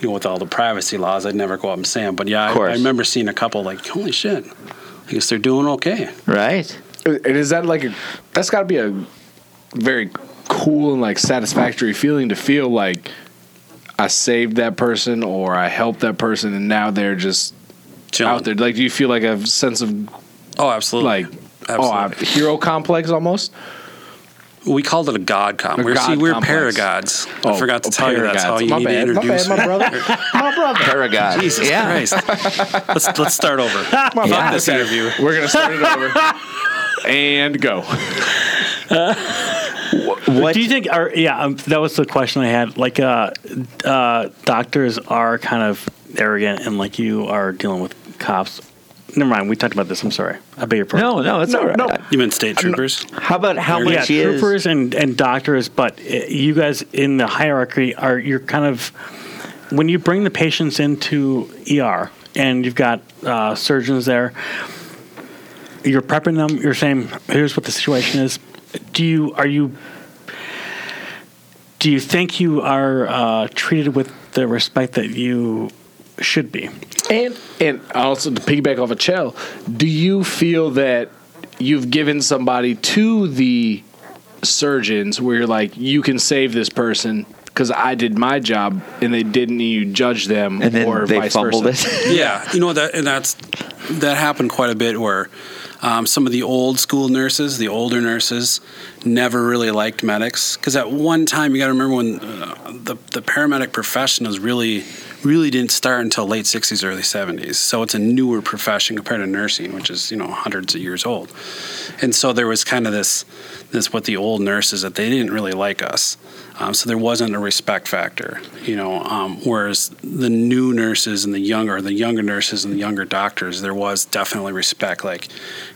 D: You know, with all the privacy laws, I'd never go up and say 'em, But yeah, I,
A: course.
D: I remember seeing a couple like, holy shit, I guess they're doing okay.
A: Right?
F: And is that like a? That's got to be a very cool and like satisfactory feeling to feel like I saved that person or I helped that person, and now they're just
D: Chilling.
F: out there. Like, do you feel like a sense of
D: Oh, absolutely.
F: like? Oh, I'm
D: Absolutely.
F: hero complex almost.
D: we called it a god
F: A
D: complex. We're, see,
F: god
D: we're
F: complex.
D: paragods.
F: Oh,
D: I forgot to
F: oh,
D: tell you that's
F: paragods.
D: how you
F: my
D: need
F: bad,
D: to introduce
F: my,
D: me.
F: bad, my brother. my brother.
A: Paragon.
D: Jesus
A: yeah.
D: Christ. Let's, let's start over. Fuck
F: My bad.
D: this
F: Okay.
D: interview.
F: We're gonna start it over. And go.
A: What
E: Do you think? Are, yeah, um, that was the question I had. Like, uh, uh, doctors are kind of arrogant, and like you are dealing with cops. Never mind. We talked about this. I'm sorry. I beg your pardon.
A: No, no, it's all right.
D: You mean state troopers?
A: How about how
E: yeah,
A: much is
E: troopers and, and doctors, but uh, you guys in the hierarchy are you're kind of when you bring the patients into ER and you've got uh, surgeons there, you're prepping them. You're saying, "Here's what the situation is." Do you are you do you think you are uh, treated with the respect that you should be?
F: And and also to piggyback off of Chell, do you feel that you've given somebody to the surgeons where you're like, you can save this person because I did my job and they didn't, and you judge them
A: and then
F: or
A: they
F: vice
A: fumbled
F: versa?
A: it?
D: Yeah, you know that, and that's that happened quite a bit. Where um, some of the old school nurses, the older nurses, never really liked medics because at one time you got to remember when uh, the the paramedic profession was really really didn't start until late 60s early 70s so it's a newer profession compared to nursing which is you know hundreds of years old and so there was kind of this this what the old nurses that they didn't really like us um, so there wasn't a respect factor you know um, whereas the new nurses and the younger the younger nurses and the younger doctors there was definitely respect like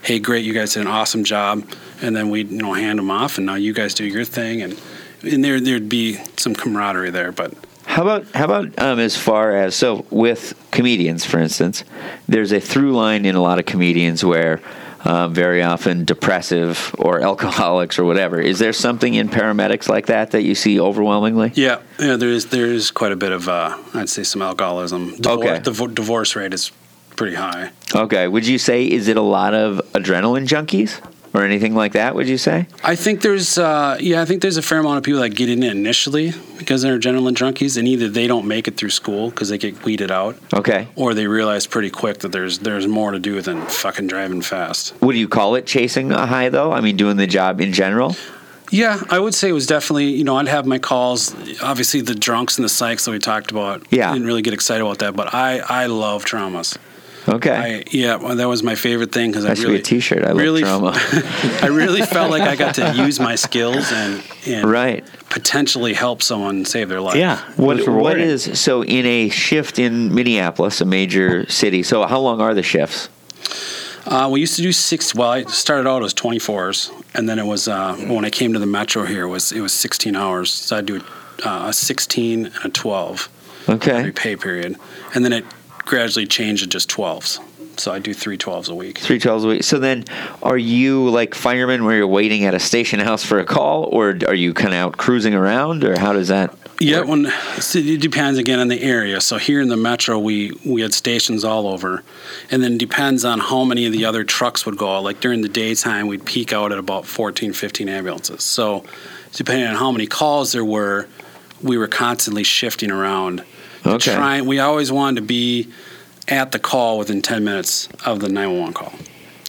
D: hey great you guys did an awesome job and then we'd you know hand them off and now you guys do your thing and and there there'd be some camaraderie there but
A: How about how about um, as far as so with comedians, for instance, there's a through line in a lot of comedians where um, very often depressive or alcoholics or whatever. Is there something in paramedics like that that you see overwhelmingly?
D: yeah yeah there is there is quite a bit of uh, i'd say some alcoholism divorce,
A: Okay.
D: divo- divorce rate is pretty high
A: Okay, would you say is it a lot of adrenaline junkies or anything like that? Would you say?
D: I think there's, uh, yeah, I think there's a fair amount of people that get in it initially because they're adrenaline junkies, and either they don't make it through school because they get weeded out,
A: Okay,
D: or they realize pretty quick that there's there's more to do than fucking driving fast.
A: would you call it chasing a high though? I mean, doing the job in general.
D: Yeah, I would say it was definitely, you know, I'd have my calls. Obviously, the drunks and the psychs that we talked about,
A: Yeah.
D: didn't really get excited about that, but I I love traumas.
A: Okay,
D: I yeah, well, that was my favorite thing because I
A: that should
D: really
A: be a T-shirt. I love
D: really,
A: drama.
D: I really felt like I got to use my skills and and
A: right.
D: potentially help someone save their life.
E: Yeah.
A: What,
E: It's
A: what
E: rewarding.
A: is so in a shift in Minneapolis, a major city? So how long are the shifts?
D: Uh, we used to do six. Well, I started out as twenty fours, and then it was uh, when I came to the metro here it was it was sixteen hours. So I do uh, a sixteen and a twelve every
A: Okay,
D: pay period, and then it gradually changed to just twelves. So I do three twelves a week.
A: Three twelves a week. So then, are you like firemen where you're waiting at a station house for a call, or are you kind of out cruising around, or how does that?
D: Yeah, when see, it depends again on the area. So here in the metro, we we had stations all over, and then depends on how many of the other trucks would go. out. Like during the daytime, we'd peak out at about 14, 15 ambulances. So depending on how many calls there were, we were constantly shifting around. to
A: Okay.
D: Try, we always wanted to be at the call within ten minutes of the nine one one call.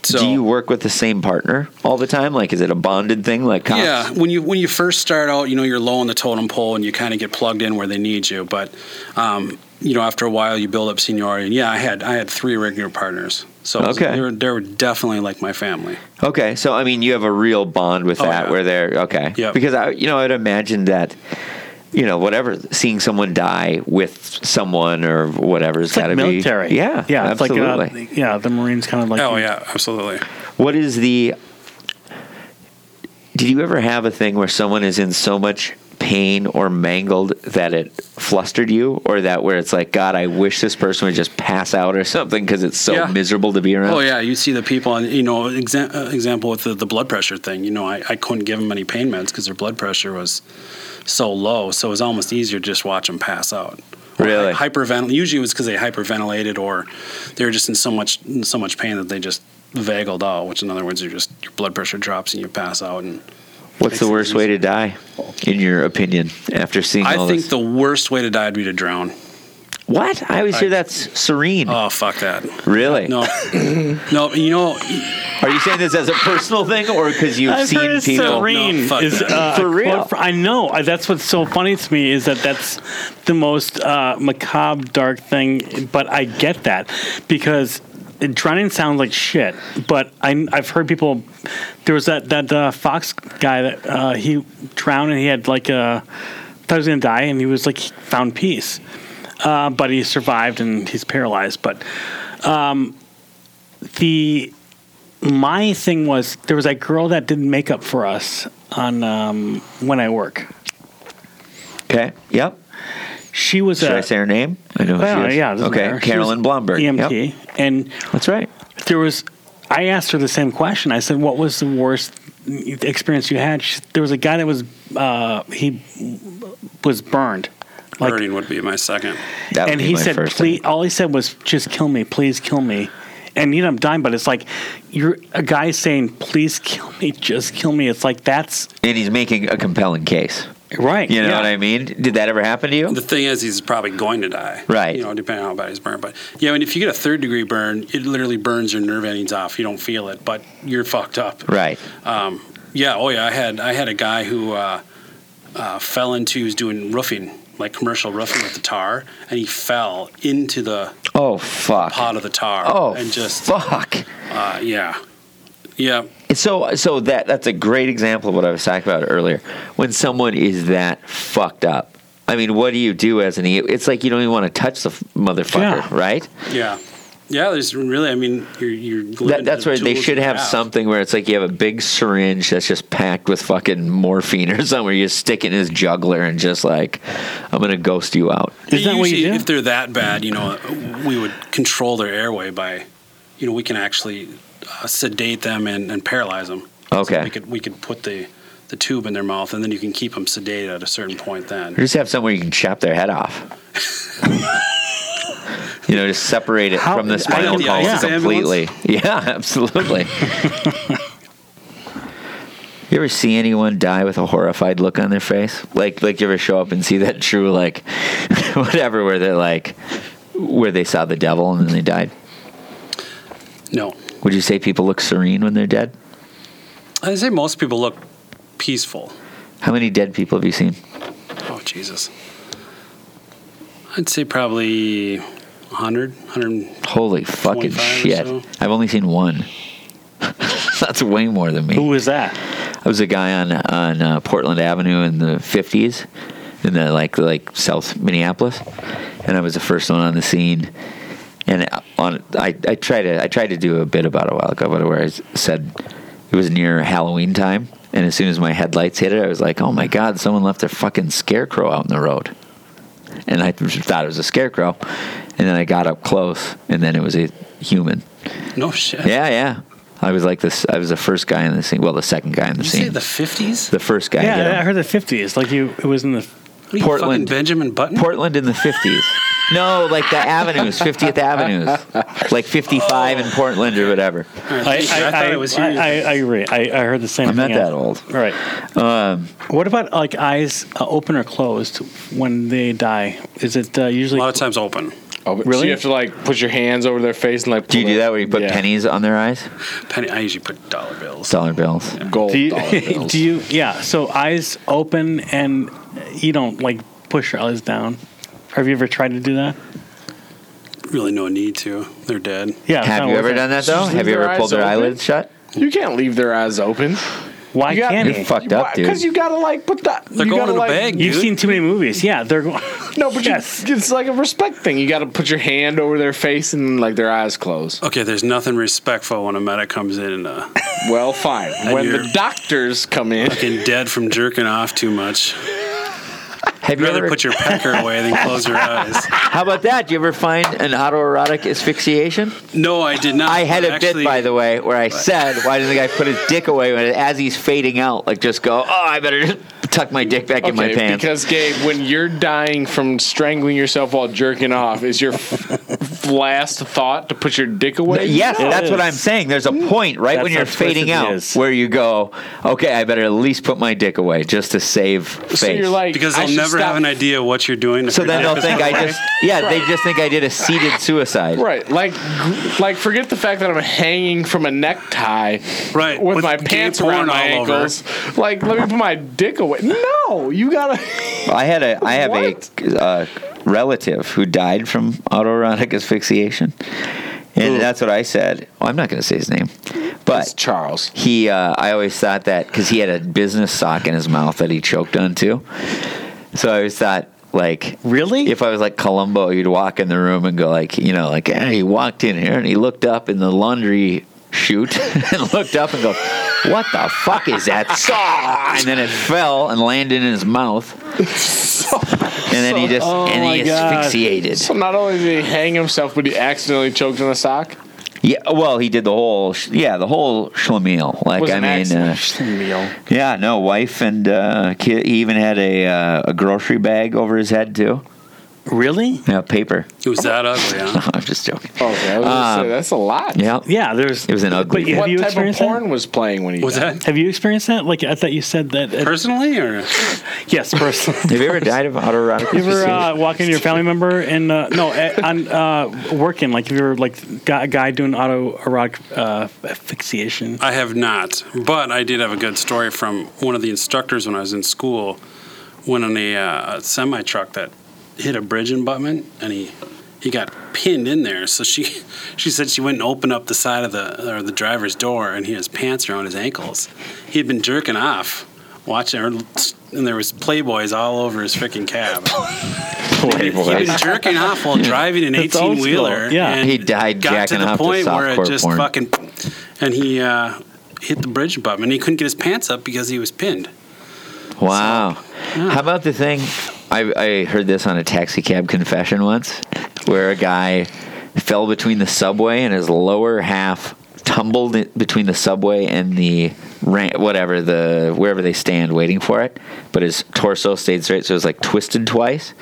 D: So
A: Do you work with the same partner all the time? Like, is it a bonded thing, like cops?
D: Yeah, when you when you first start out, you know you're low on the totem pole and you kind of get plugged in where they need you. But um, you know, after a while, you build up seniority. And yeah, I had I had three regular partners, so it was-
A: Okay.
D: they were they were definitely like my family.
A: Okay, so I mean, you have a real bond with
D: Oh,
A: that,
D: yeah.
A: where they're okay.
D: Yep.
A: Because I, you know, I'd imagine that, you know, whatever seeing someone die with someone or whatever has
E: It's
A: got to
E: like military.
A: be. Yeah,
E: yeah. It's
A: absolutely.
E: like uh, yeah, the Marines kind of like
D: Oh yeah, absolutely.
A: What is the? Did you ever have a thing where someone is in so much pain or mangled that it flustered you, or that where it's like, God, I wish this person would just pass out or something because it's so
D: Yeah.
A: miserable to be around.
D: Oh yeah, you see the people, and you know, exa- uh, example with the, the blood pressure thing. You know, I, I couldn't give them any pain meds because their blood pressure was so low, so it was almost easier to just watch them pass out. Or
A: Really?
D: hy- Hyperventil. Usually, it was because they hyperventilated or they were just in so much in so much pain that they just vaggled out. Which, in other words, you're just your blood pressure drops and you pass out. And
A: What's the
D: Makes it
A: worst way to die, in your opinion, after seeing
D: I
A: all
D: think
A: this?
D: the worst way to die would be to drown.
A: What? I always hear that's serene.
D: Oh fuck that!
A: really?
D: No, no. You know,
A: Are you saying this as a personal thing or because you've
E: I've
A: seen
E: heard
A: people?
E: serene
D: No, fuck
E: is
D: that.
E: uh,
A: For
E: a quote
A: real.
E: fr- I know. I, that's what's so funny to me is that that's the most uh, macabre, dark thing. But I get that because it- drowning sounds like shit. But I, I've heard people. There was that that uh, Fox guy that uh, he drowned and he had like a thought he was gonna die and he was like he found peace, uh, but he survived and he's paralyzed. But um, the my thing was there was a girl that did makeup for us on um, when I work.
A: Okay. Yep.
E: She was
A: Should
E: a
A: I say her name? I know who
E: well,
A: she is.
E: yeah, it doesn't
A: Okay.
E: matter. She
A: Carolyn
E: was E
A: Blomberg.
E: EMT,
A: Yep.
E: and
A: That's right.
E: there was. I asked her the same question. I said, "What was the worst experience you had?" She, there was a guy that was uh, he was burned, like,
D: burning would be my second.
A: That would
E: and
A: be
E: he
A: my
E: said,
A: first
E: "Please." All he said was, "Just kill me, please kill me." And you know, I'm dying, but it's like you're a guy saying, "Please kill me, just kill me." It's like that's
A: thing. And he's making a compelling case.
E: Right.
A: You know
E: yeah.
A: what I mean? Did that ever happen to you?
D: The thing is, he's probably going to die.
A: Right.
D: You know, depending on how bad he's burned. But yeah, and if you get a third degree burn, it literally burns your nerve endings off. You don't feel it, but you're fucked up.
A: Right.
D: Um, yeah. Oh yeah. I had I had a guy who uh, uh, fell into he was doing roofing, like commercial roofing with the tar, and he fell into the
A: Oh fuck.
D: pot of the tar.
A: oh
D: And just
A: fuck.
D: uh, yeah, yeah.
A: So so that that's a great example of what I was talking about earlier. When someone is that fucked up, I mean, what do you do as an? E- It's like you don't even want to touch the f- motherfucker,
E: Yeah.
A: right?
D: Yeah. Yeah, there's really, I mean, you're. you're limited
A: That, that's
D: to
A: where they
D: tools
A: should
D: you
A: have something where it's like you have a big syringe that's just packed with fucking morphine or something. Where you stick it in his juggler and just like, I'm gonna ghost you out.
E: Isn't that what you
D: Usually,
E: do?
D: If they're that bad, you know, uh, we would control their airway by, you know, we can actually uh, sedate them and, and paralyze them.
A: Okay.
D: we could we could put the the tube in their mouth, and then you can keep them sedated at a certain point.
A: Or
D: Then.
A: just have somewhere you can chop their head off. you know, just separate it
E: How-
A: from the
E: I
A: spinal
D: don't-
A: column
D: yeah.
A: completely. Yeah, absolutely. you ever see anyone die with a horrified look on their face? Like, like you ever show up and see that true, like, whatever, where they're like, where they saw the devil and then they died?
D: No,
A: Would you say people look serene when they're dead?
D: I say most people look peaceful.
A: How many dead people have you seen?
D: Oh Jesus, I'd say probably 100, 100
A: Holy fucking
D: 25 or
A: shit!
D: so.
A: I've only seen one. That's way more than me.
E: Who was that?
A: I was a guy on on uh, Portland Avenue in the fifties, in the like like South Minneapolis, and I was the first one on the scene. And on I, I tried to I tried to do a bit about a while ago, but where I s- said it was near Halloween time, and as soon as my headlights hit it, I was like, "Oh my God! Someone left their fucking scarecrow out in the road." and I thought it was a scarecrow, and then I got up close, and then it was a human.
D: No shit.
A: Yeah, yeah. I was like this. I was the first guy in the scene. Well, the second guy in the
D: You
A: scene.
D: say the fifties?
A: the first guy. hit
E: yeah,
A: him.
E: I heard the fifties. Like you, it was in the.
D: What are you
A: Portland.
D: fucking Benjamin Button?
A: Portland in the 50s. No, like the avenues, 50th Avenues, like 55 in Portland or whatever.
E: I, I,
D: I thought it was you.
E: I, I, I agree. I, I heard the same.
A: I'm not
E: thing.
A: that old.
E: All right.
A: Um,
E: what about like eyes uh, open or closed when they die? Is it uh,
D: a
E: usually?
D: lot of times open.
F: Oh, but- So
E: Really?
F: you have to like put your hands over their face and like.
A: Do you
F: pull
A: do
F: their-
A: that where you put
F: Yeah.
A: pennies on their eyes?
D: Penny. I usually put dollar bills.
A: Dollar bills.
F: Gold.
E: do
F: dollar
E: you?
F: bills.
E: do you? Yeah. So eyes open and you don't like push your eyes down. Have you ever tried to do that?
D: Really, no need to. They're dead.
E: Yeah. it's
A: Have
E: not
A: you
E: worth
A: ever
E: it.
A: done that though?
F: Just leave
A: Have you
F: their
A: ever pulled
F: eyes
A: their
F: open?
A: eyelids shut?
F: You can't leave their eyes open.
E: Why
F: You got-
E: can't
A: You're
E: he?
A: fucked up, dude.
F: Because you gotta like put that.
D: They're
F: you
D: going
F: gotta,
D: in a
F: like-
D: bag.
E: You've
D: dude.
E: seen too many movies. Yeah, they're going.
F: No, but
E: Yes.
F: you, it's like a respect thing. You gotta put your hand over their face and like their eyes close.
D: Okay, there's nothing respectful when a medic comes in and uh,
F: Well, fine. When
D: you're-
F: the doctors come in,
D: getting dead from jerking off too much.
A: Have
D: You'd
A: you
D: rather
A: ever?
D: put your pecker away than close your eyes.
A: how about that? Do you ever find an autoerotic asphyxiation?
D: No, I did not.
A: I had a bit,
D: Actually,
A: by the way, where I said, "Why doesn't the guy put his dick away when, as he's fading out? Like, just go. Oh, I better just tuck my dick back in my pants."
F: Because Gabe, when you're dying from strangling yourself while jerking off, is your f- last thought to put your dick away?
A: Yes,
E: No.
A: that's what
E: It
A: I'm
E: is. Mm.
A: saying. There's a point right
E: That's
A: when you're
E: how twisted
A: fading
E: it
A: out
E: is.
A: where you go, okay, I better at least put my dick away just to save face.
F: So you're like
D: Because
F: I
D: they'll
F: should
D: never
F: stop-
D: have an idea what you're doing. if
A: so
D: your
A: then
D: dick
A: they'll
D: is
A: think
D: away.
A: I just yeah, they just think I did a seated suicide.
F: Right, like, gr- like forget the fact that I'm hanging from a necktie,
D: Right,
F: with,
D: with
F: my
D: gay
F: pants
D: porn
F: around my
D: all over.
F: ankles. Like, let me put my dick away. No, you gotta.
A: I had a I have a uh, relative who died from autoerotic asphyxiation. And that's what I said. Well, I'm not going to say his name. But
F: It's Charles.
A: he uh, I always thought that because he had a business sock in his mouth that he choked on too. So I always thought like
E: Really?
A: if I was like Columbo, you'd walk in the room and go like you know like hey, he walked in here and he looked up in the laundry chute and looked up and goes what the fuck is that saw and then it fell and landed in his mouth and then he just and
E: Oh my
A: he
E: God.
A: asphyxiated
F: So not only did he hang himself, but he accidentally choked on a sock.
A: yeah well he did the whole sh- yeah the whole schlemiel like
F: Was
A: I
F: an
A: mean uh,
F: accident. Meal.
A: Yeah, no, wife and uh, kid. He even had a uh, a grocery bag over his head too.
E: Really?
A: Yeah, paper.
D: It was that ugly, huh?
A: I'm just joking.
F: Okay, I was gonna say, that's a lot.
A: Um, Yeah,
E: Yeah. There's.
A: it was an ugly.
E: But you-
A: thing.
E: Have
F: What type of
E: experienced that?
F: porn was playing when he
D: Was
F: died?
D: that
E: Have you experienced that? Like I thought you said that. uh,
D: personally or?
E: yes, personally.
A: Have you ever died of autoerotic?
E: You ever
A: asphyxiation?
E: uh, walk into your family member and uh, no, uh, on uh, working like if you were like guy, guy doing autoerotic uh, asphyxiation.
D: I have not, but I did have a good story from one of the instructors when I was in school. When on a uh, semi truck that hit a bridge abutment, and he he got pinned in there. So she she said she went and opened up the side of the or the driver's door, and he had his pants around his ankles. He had been jerking off, watching her, and there was playboys all over his freaking cab. He'd been jerking off while driving an
E: That's old
D: eighteen
E: school.
D: wheeler.
E: Yeah.
A: He died
D: got
A: jacking
D: to the
A: off to
D: point where it
A: softcore
D: just
A: porn.
D: fucking, and he uh, hit the bridge above, and he couldn't get his pants up because he was pinned.
A: Wow. How about the thing? I, I heard this on a taxi cab confession once, where a guy fell between the subway and his lower half tumbled it between the subway and the ramp, whatever the wherever they stand waiting for it. But his torso stayed straight, so it was like twisted twice,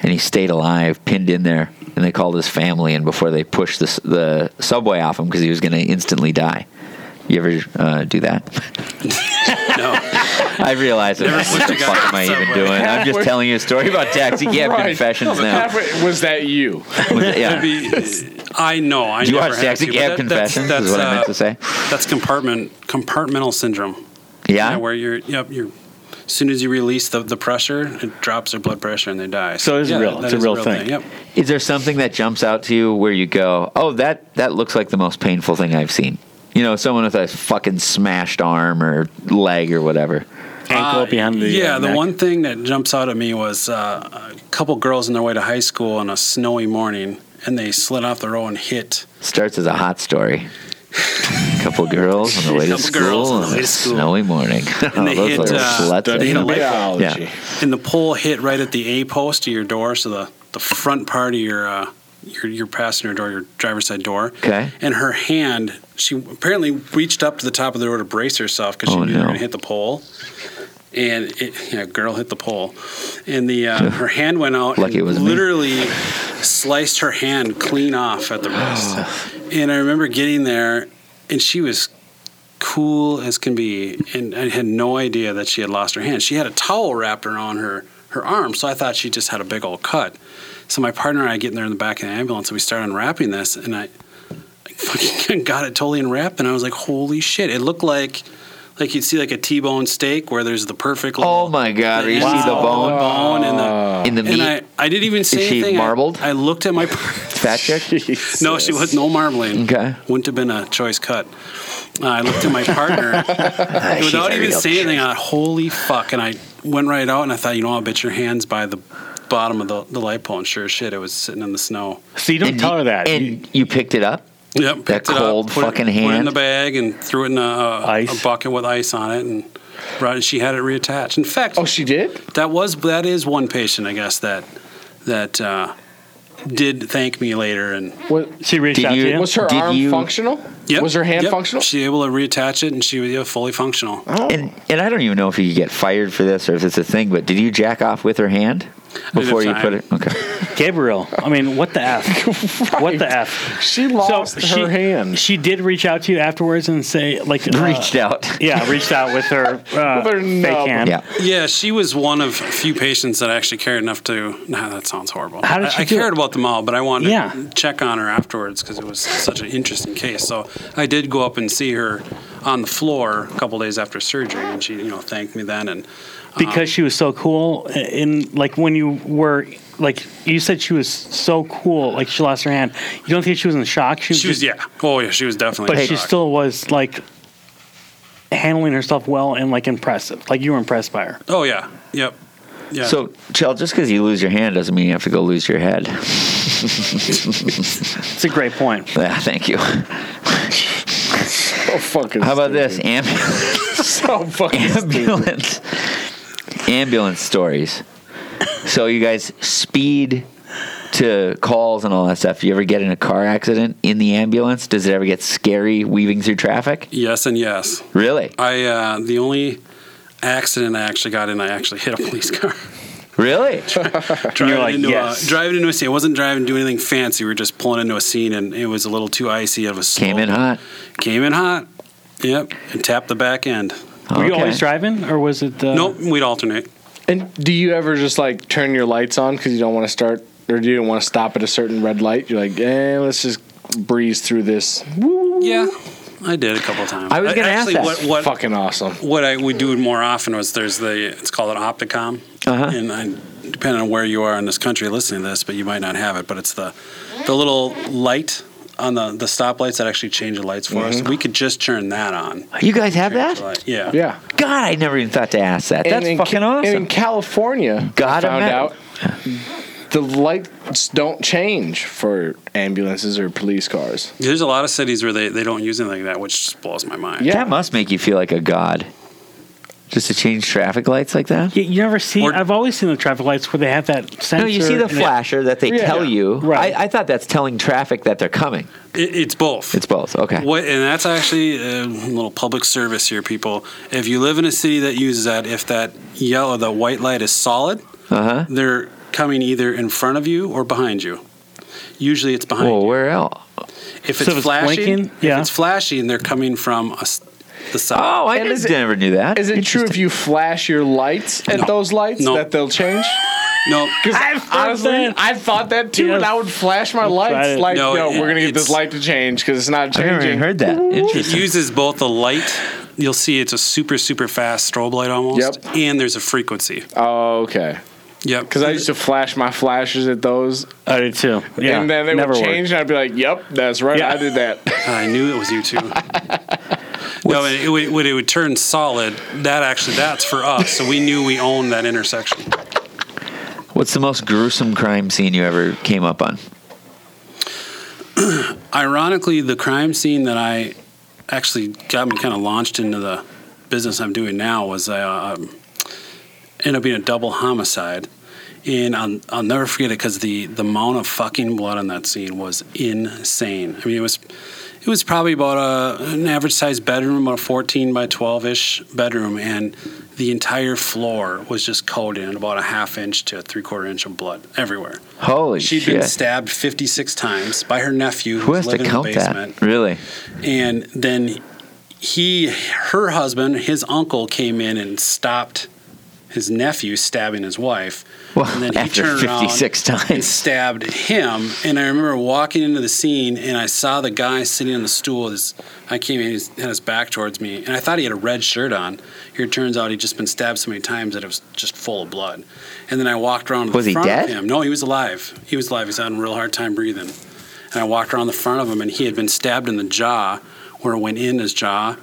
A: and he stayed alive, pinned in there. And they called his family, and before they pushed the, s- the subway off him because he was going to instantly die. You ever uh, do that?
D: No,
A: I realize that.
D: Never
A: What
D: pushed
A: the
D: a guy
A: fuck am I
D: somewhere.
A: even doing? I'm just
F: Halfway-
A: telling you a story about taxi cab
F: Right.
A: confessions now.
F: Halfway- was that you?
A: Was-
D: That'd
A: yeah.
D: be, I know. I
A: Do you
D: never
A: watch
D: had
A: Taxi
D: to, but
A: Cab
D: that-
A: Confessions? is what I meant
D: uh,
A: to say.
D: That's compartment compartmental syndrome. Yeah,
A: Yeah.
D: where you're, yep, you're. As soon as you release the, the pressure, it drops their blood pressure and they die.
E: So it is
D: yeah,
E: real.
D: that- that
E: It's a
D: is
E: real thing.
D: Yep.
A: Is there something that jumps out to you where you go, "Oh, that that looks like the most painful thing I've seen." You know, someone with a fucking smashed arm or leg or whatever.
E: Ankle
D: Uh,
E: behind the uh,
D: yeah the
E: neck.
D: one thing that jumps out at me was uh, a couple girls on their way to high school on a snowy morning and they slid off the road and hit
A: Starts as a hot story. couple girls on the way to
D: Couple
A: school
D: girls on the
A: on
D: way
A: a
D: to school.
A: snowy morning. Oh,
D: And they
A: Those
D: hit,
A: are
D: uh,
A: sluts.
D: they hit a light bulb.
F: Biology.
D: And the pole hit right at the A post of your door, so the, the front part of your, uh, your your passenger door, your driver's side door.
A: Okay.
D: And her hand, she apparently reached up to the top of the door to brace herself because she
A: Oh,
D: knew they were
A: no.
D: going to hit the pole. And it, yeah, girl hit the pole, and the uh, her hand went out.
A: Lucky
D: and
A: it wasn't me.
D: literally sliced her hand clean off at the wrist. and I remember getting there, and she was cool as can be, and I had no idea that she had lost her hand. She had a towel wrapped around her her arm, so I thought she just had a big old cut. So my partner and I get in there in the back of the ambulance, and we start unwrapping this, and I, I fucking got it totally unwrapped, and I was like, "Holy shit!" It looked like like you'd see like a T-bone steak where there's the perfect little
A: Oh my God! You see the
D: the
A: bone
D: bone and the
A: in the meat?
D: and I, I didn't even say
A: Is she
D: anything. I-
A: marbled?
D: I, looked at my
A: Fat chick?
D: no, she was no marbling.
A: Okay.
D: wouldn't have been a choice cut. Uh, I looked at my partner and without even saying anything. I holy fuck! And I went right out and I thought, you know, I'll bet your hands by the bottom of the, the light pole. And sure as shit, it was sitting in the snow.
E: So you don't
A: And
E: tell
A: you-
E: her that. You-
A: And you picked it up.
D: Yep, picked it up,
A: cold
D: put it-
A: fucking
D: Put it in
A: hand.
D: the bag and threw it in a, a,
E: Ice.
D: a bucket with ice on it and. Right, and she had it reattached. In fact,
F: Oh, she did.
D: that was that is one patient, I guess that that uh, did thank me later and
F: What,
E: she reached
A: Did
E: out
A: you-
E: to you.
F: was her
A: Did
F: arm
A: you-
F: functional?
D: Yep,
F: Was her hand
D: yep.
F: functional?
D: She able to reattach it and she was yeah, fully functional.
A: And and I don't even know if you could get fired for this or if it's a thing. But did you jack off with her hand before you
D: time.
A: put it? Okay.
E: Gabriel. I mean, what the f? What the f?
F: She lost her hand.
E: She did reach out to you afterwards and say, like, uh,
A: Reached out.
E: Yeah, reached out with her, uh,
F: With her
E: fake
F: nub.
E: hand.
A: Yeah.
D: Yeah, she was one of few patients that I actually cared enough to. Nah, that sounds horrible.
E: How did
D: I,
E: she
D: I
E: do
D: cared
E: it?
D: about them all, but I wanted
E: Yeah.
D: to check on her afterwards because it was such an interesting case. So I did go up and see her on the floor a couple days after surgery, and she, you know, thanked me then. And
E: because she was so cool in like when you were like you said she was so cool like she lost her hand you don't think she was in shock
D: she was,
E: just-
D: yeah, oh yeah, she was definitely.
E: but
D: in
E: she
D: shock.
E: still was like handling herself well and like impressive like you were impressed by her
D: Oh yeah, yep, yeah.
A: So, Chell, just because you lose your hand doesn't mean you have to go lose your head.
E: it's a great point
A: Yeah, thank you.
F: Oh fucking.
A: How about
F: stupid.
A: this? Ambulance.
F: So fucking stupid.
A: ambulance ambulance stories. So you guys speed to calls and all that stuff. You ever get in a car accident in the ambulance? Does it ever get scary weaving through traffic?
D: yes and yes.
A: Really?
D: I uh, the only accident I actually got in, I actually hit a police car.
A: Really?
D: driving
E: like,
D: into
E: yes.
D: a driving into a scene. I wasn't driving to do anything fancy. We were just pulling into a scene, and it was a little too icy. It was slow.
A: Came in hot.
D: Came in hot. Yep, and tapped the back end.
E: were you
A: Okay.
E: always driving or was it uh,
D: nope, we'd alternate.
F: And do you ever just like turn your lights on because you don't want to start or you don't want to stop at a certain red light? You're like, eh, let's just breeze through this.
D: Yeah, I did a couple times.
A: I was gonna ask
D: actually,
A: that.
D: What, what,
F: Fucking awesome.
D: what I would do more often was there's the it's called an opticom,
A: Uh-huh.
D: and I, depending on where you are in this country listening to this, but you might not have it. But it's the the little light on the the stoplights that actually change the lights for
A: Mm-hmm.
D: us. We could just turn that on.
A: You guys have
D: The
A: that?
D: light. Yeah.
F: Yeah.
A: God, I never even thought to ask that. That's
F: in,
A: fucking
F: And in
A: awesome.
F: California,
A: God,
F: I found
A: I'm out.
F: out the lights don't change for ambulances or police cars.
D: There's a lot of cities where they, they don't use anything like that, which just blows my mind.
F: Yeah.
A: That must make you feel like a god. Just to change traffic lights like that?
E: you, you never see
D: Or-
E: i've always seen the traffic lights where they have that
A: No,
E: sensor
A: you see the
E: and they-
A: flasher that they
F: Yeah.
A: tell you.
E: Right.
A: I, I thought that's telling traffic that they're coming.
D: It, it's both.
A: It's both. Okay.
D: what, and that's actually a little public service here, people. If you live in a city that uses that, if that yellow, that white light is solid,
A: Uh huh.
D: they're coming either in front of you or behind you. Usually, it's behind.
A: Well,
D: you.
A: where else?
D: If
E: So
D: it's
E: if it's
D: flashing,
E: blinking, yeah.
D: if it's flashing, they're coming from a s the side.
A: Oh, I
F: And
A: just
F: is it-
A: never knew that.
F: Is it true if you flash your lights at
D: No.
F: those lights
D: No.
F: that they'll change?
D: No,
F: Because honestly,
E: that.
F: I thought that too,
E: Yes.
F: and I would flash my
E: tried
F: lights
E: it.
F: like,
D: No,
F: yo,
D: it-
F: we're gonna get
D: it's-
F: this light to change because it's not
A: I've
F: changing.
A: never even heard that.
D: it
A: Interesting.
D: uses both the light. You'll see it's a super super fast strobe light almost,
F: Yep.
D: and there's a frequency.
F: Oh, okay.
D: Yep.
F: Because I used to flash my flashes at those,
E: i did too yeah
F: and then they
E: never
F: would
E: worked.
F: change, and I'd be like, "Yep, that's right,
E: Yeah.
F: I did that."
D: I knew it was you too. no, it, it, would- when it would turn solid, that actually that's for us. So we knew we owned that intersection.
A: What's the most gruesome crime scene you ever came up on?
D: Ironically, the crime scene that I actually got me kind of launched into the business I'm doing now was I uh, um, ended up being a double homicide. And I'll, I'll never forget it because the, the amount of fucking blood on that scene was insane. I mean, it was it was probably about a, an average sized bedroom, about a 14 by 12 ish bedroom, and the entire floor was just coated in about a half inch to a three quarter inch of blood everywhere.
A: Holy
D: She'd
A: shit.
D: been stabbed 56 times by her nephew who
A: Who has
D: was
A: to
D: living in the
A: count
D: basement
A: that? Really?
D: and then he her husband his uncle came in and stopped his nephew stabbing his wife
A: Well,
D: and then he
A: after
D: turned around
A: 56 times.
D: and stabbed him and i remember walking into the scene and i saw the guy sitting on the stool with his, i came in he had his back towards me and i thought he had a red shirt on here it turns out he'd just been stabbed so many times that it was just full of blood and then i walked around to
A: Was
D: the
A: he
D: front
A: dead?
D: of him no he was alive he was alive he's having a real hard time breathing and I walked around the front of him, and he had been stabbed in the jaw, where it went in his jaw,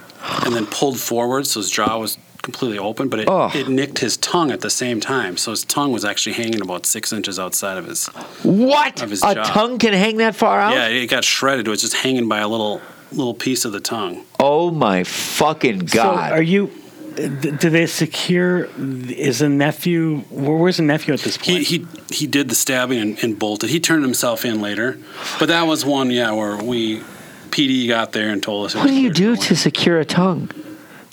D: and then pulled forward, so his jaw was completely open, but it,
A: Oh.
D: it nicked his tongue at the same time, so his tongue was actually hanging about six inches outside of his.
A: What?
D: Of his
A: A
D: job.
A: tongue can hang that far out?
D: Yeah, it got shredded. It was just hanging by a little little piece of the tongue.
A: Oh my fucking god.
E: So are you? th- Do they secure? Is a nephew? Where, where's the nephew at this
D: He
E: point?
D: he he did the stabbing and, and bolted. He turned himself in later, but that was one yeah where we. PD got there and told us. it
A: what
D: was
A: do you
D: clear
A: do
D: to go in.
A: to secure a tongue?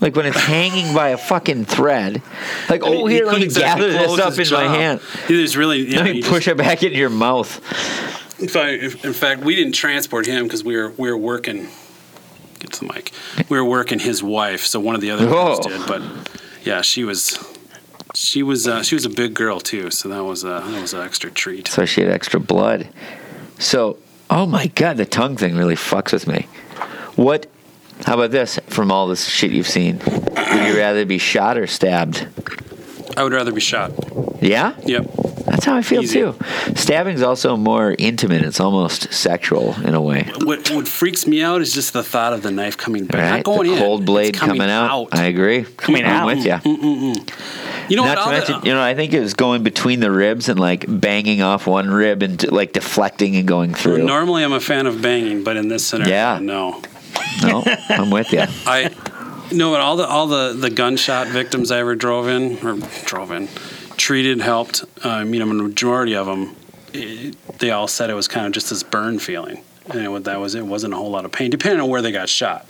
A: Like when it's hanging by a fucking thread. Like,
D: I mean,
A: oh,
D: he
A: here, let
D: couldn't
A: me
D: exactly
A: gather this
D: close
A: up in
D: his
A: my
D: jaw.
A: hand.
D: He was really. Yeah,
A: let me
D: he just-
A: push it back into your mouth.
D: In fact, if- in fact, we didn't transport him because we were we were working. Get to the mic. We were working his wife, so one of the other
A: Whoa.
D: guys did. But yeah, she was she was uh, she was a big girl too, so that was uh, that was an extra treat.
A: So she had extra blood. So, oh my god, the tongue thing really fucks with me. What? How about this? From all this shit you've seen, would you rather be shot or stabbed?
D: I would rather be shot.
A: Yeah,
D: Yep.
A: that's how I feel
D: Easy.
A: too. Stabbing's also more intimate. It's almost sexual in a way.
D: What what freaks me out is just the thought of the knife coming back,
A: Right?
D: not going
A: the
D: in,
A: cold
D: it's
A: blade coming, out. I agree.
E: Coming
A: I'm
E: out.
A: with you.
D: you know
A: Not
D: what?
A: to
D: I'll- uh,
A: mention, you know, I think it was going between the ribs and like banging off one rib and like deflecting and going through. No,
D: normally I'm a fan of banging, but in this scenario,
A: Yeah.
D: no.
A: I'm with you.
D: I no, and all the all the the gunshot victims I ever drove in or drove in, treated, helped. Uh, I mean, a majority of them, it, they all said it was kind of just this burn feeling. And what that was, it wasn't a whole lot of pain, depending on where they got shot.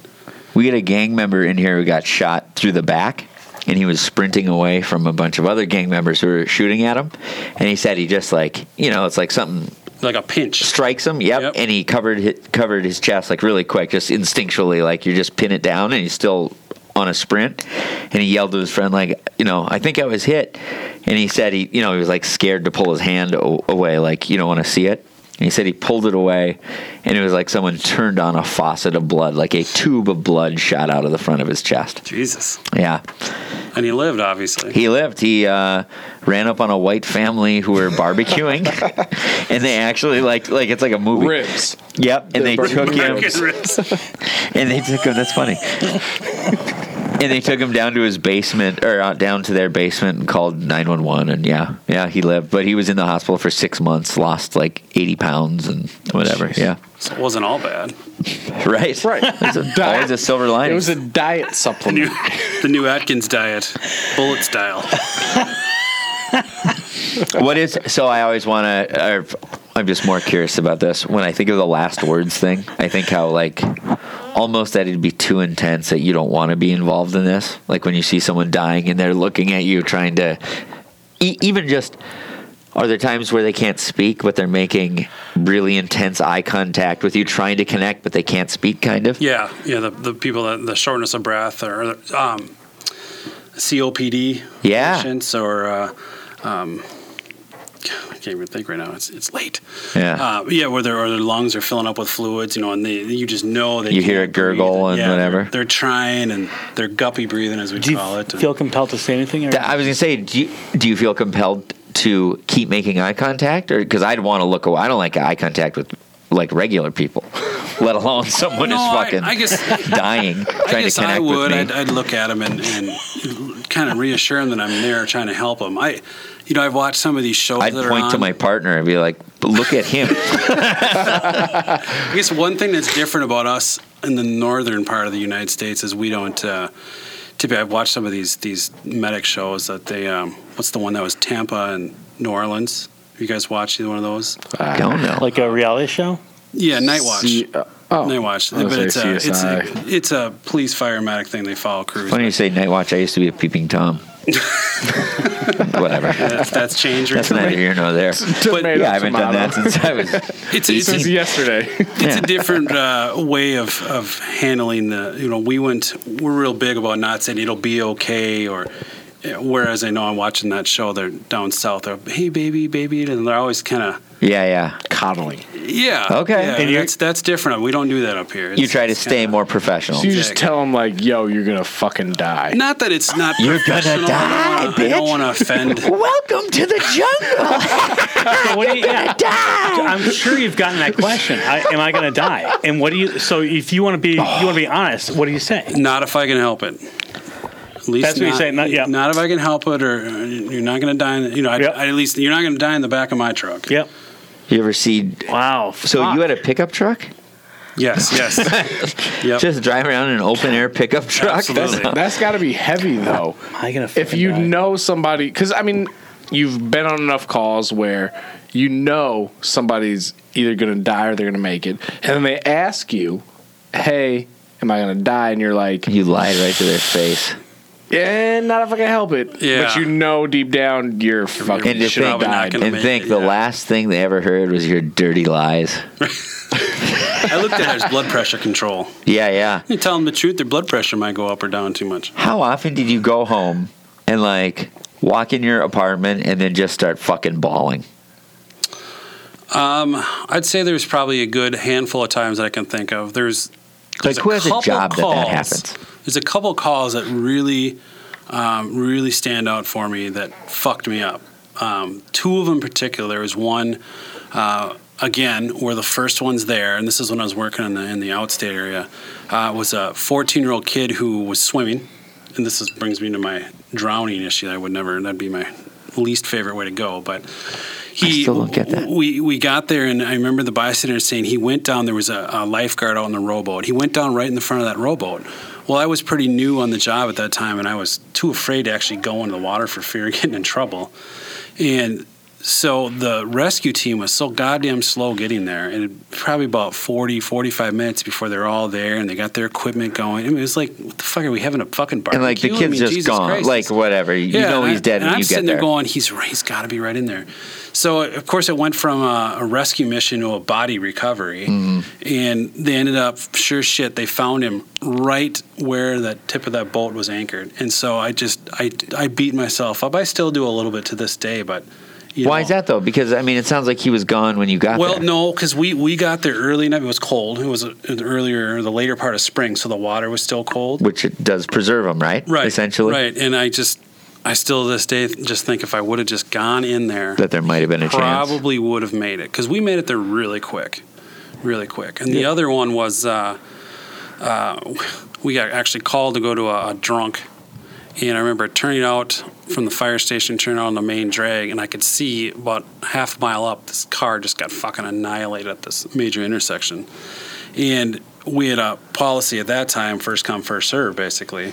A: We had a gang member in here who got shot through the back, and he was sprinting away from a bunch of other gang members who were shooting at him. And he said he just like you know, it's like something
D: Like a pinch.
A: strikes him. Yep,
D: Yep.
A: and he covered his, covered his chest like really quick, just instinctually. Like you just pin it down, and he's still on a sprint. And he yelled to his friend like, you know, I think I was hit. And he said he, you know, he was like scared to pull his hand o- away, like you don't want to see it. And he said he pulled it away, and it was like someone turned on a faucet of blood, like a tube of blood shot out of the front of his chest.
D: Jesus.
A: Yeah,
D: And he lived, obviously.
A: he lived. He uh, ran up on a white family who were barbecuing, and they actually like like it's like a movie.
F: Ribs.
A: Yep, and they
F: They're
A: took him,
D: Fucking ribs.
A: and they took him. That's funny. and they took him down to his basement, or uh, down to their basement, and called nine one one. And yeah, yeah, he lived, but he was in the hospital for six months, lost like eighty pounds and whatever.
D: so it wasn't all bad.
A: Yeah, right,
F: Right.
A: There's a, always a silver lining.
F: It was a diet
D: New,
F: supplement.
D: the new Atkins diet, bullet style.
A: what is so? I always want to. I'm just more curious about this. When I think of the last words thing, I think how like almost that it'd be too intense that you don't want to be involved in this. Like when you see someone dying and they're looking at you, trying to e- even just. Are there times where they can't speak, but they're making really intense eye contact with you, trying to connect, but they can't speak? Kind of.
D: Yeah, yeah. The, the people that the shortness of breath or um, COPD
A: Yeah.
D: patients or uh, um, I can't even think right now. It's it's late.
A: Yeah.
D: Uh, yeah, where their or their lungs are filling up with fluids, you know, and they you just know they
A: You hear
D: can't
A: a gurgle
D: breathe.
A: and
D: Yeah,
A: whatever.
D: They're, they're trying and they're guppy breathing as we
E: Do you
D: call it.
E: feel compelled to say anything? Or?
A: Th- I was gonna say, do you, do you feel compelled to keep making eye contact, or because I'd want to look away? I don't like eye contact with like regular people, let alone someone
D: No,
A: who's
D: I-
A: fucking
D: I guess-
A: dying trying
D: I guess
A: to connect
D: I
A: with
D: would.
A: me.
D: I'd, I'd look at them and, and kind of reassure them that I'm there, trying to help them. I, you know, I've watched some of these shows.
A: I'd
D: that are
A: point to
D: on.
A: my partner and be like, "Look at him."
D: I guess one thing that's different about us in the northern part of the United States is we don't. Uh, typically, I've watched some of these these medic shows that they. Um, what's the one that was Tampa and New Orleans? Have you guys watched either one of those?
B: Don't know.
E: Like a reality show?
D: Yeah, Night Watch.
F: See- uh, oh,
D: Night Watch.
F: I was
D: But
F: like,
D: it's a, it's, a,
F: CSI.
D: it's a police fire medic thing. They follow crews.
B: Funny you say night watch. I used to be a peeping tom. Whatever.
D: That's, that's changed.
B: That's neither here nor there.
F: Tomato,
B: Yeah, I haven't done that
F: tomato.
B: since I was.
D: It's, it's,
F: since yesterday.
D: it's a different uh, way of, of handling the you know we went we're real big about not saying it'll be okay or whereas i know i'm watching that show they're down south they're hey baby baby and they're always kind of
B: Yeah, yeah.
F: Coddling.
D: yeah
A: Okay.
D: yeah,
A: And
D: and
A: you're-
D: that's that's different we don't do that up here
A: You
D: It's-
A: try to
D: it's
A: stay
D: kinda-
A: more professional.
F: So you just tell them like, "Yo, you're gonna fucking die."
D: not that it's not
A: You're gonna
D: professional. I don't wanna-
A: die,
D: i don't
A: bitch.
D: want to offend
A: Welcome to the jungle.
E: So what do you, yeah. I'm sure you've gotten that question. I, am I going to die? And what do you? So if you want to be, you want to be honest. What do you say?
D: not if i can help it at least
E: That's what you say, not- yeah.
D: Not if I can help it, or uh, you're not going to die. In, you know, I,
E: Yep.
D: I, at least you're not going to die in the back of my truck.
E: Yep.
A: you ever see?
E: Wow.
A: So you had a pickup truck?
D: Yes, yes. yep.
A: Just drive around in an open air pickup truck?
D: Absolutely.
F: That's got to be heavy though.
E: Am I gonna
F: if
E: fucking
F: you
E: die?
F: know somebody because i mean you've been on enough calls where you know somebody's either going to die or they're going to make it and then they ask you hey am i going to die and you're like
A: You lied right to their face.
F: yeah not if i can help it
D: Yeah.
F: but you know deep down you're
A: And
F: fucking
A: to
F: should have
A: think,
D: probably not
F: died
D: gonna
A: and
D: make
A: think
D: it,
A: the
D: yeah.
A: last thing they ever heard was your dirty lies.
D: I looked at his blood pressure control.
A: Yeah, yeah.
D: You tell them the truth, their blood pressure might go up or down too much.
A: How often did you go home and like walk in your apartment and then just start fucking bawling?
D: Um, I'd say there's probably a good handful of times that I can think of. There's,
A: Like
D: there's
A: who has a
D: couple
A: job that that
D: calls-
A: happens?
D: There's a couple calls that really, um, really stand out for me that fucked me up. Um, two of them in particular. There was one, uh, again, where the first one's there, and this is when I was working in the, in the outstate area, uh, was a 14 year old kid who was swimming. And this is, brings me to my drowning issue that I would never, that'd be my least favorite way to go. But he,
A: still don't get that.
D: We, we got there, and I remember the bystander saying he went down, there was a, a lifeguard out in the rowboat. He went down right in the front of that rowboat. Well, I was pretty new on the job at that time, and I was too afraid to actually go into the water for fear of getting in trouble. And so the rescue team was so goddamn slow getting there. And it, probably about 40, 45 minutes before they're all there and they got their equipment going. I mean, it's like, what the fuck are we having a fucking barbecue?
A: And like the
D: I
A: kid's
D: mean,
A: just
D: Jesus
A: gone.
D: Christ.
A: Like whatever. You
D: Yeah,
A: know
D: and
A: he's
D: I-
A: dead
D: and
A: when
D: I'm
A: you get
D: sitting
A: there.
D: there going, he's right- he's got to be right in there. So of course it went from a, a rescue mission to a body recovery,
A: Mm-hmm.
D: and they ended up sure as shit. They found him right where that tip of that boat was anchored, and so I just I I beat myself up. I still do a little bit to this day, but you
A: Why
D: know.
A: is that though? Because I mean, it sounds like he was gone when you got
D: Well,
A: there.
D: no, because we, we got there early enough. It was cold. It was uh, earlier, the later part of spring, so the water was still cold.
A: which it does preserve him, right?
D: Right.
A: Essentially,
D: Right. And I just, I still to this day just think if I would have just gone in there,
A: that there might have been a chance.
D: probably would have made it because we made it there really quick, really quick. And the other one was uh, uh, we got actually called to go to a, a drunk, and I remember turning out from the fire station, turning out on the main drag, and I could see about half a mile up this car just got fucking annihilated at this major intersection, and we had a policy at that time first come first serve basically.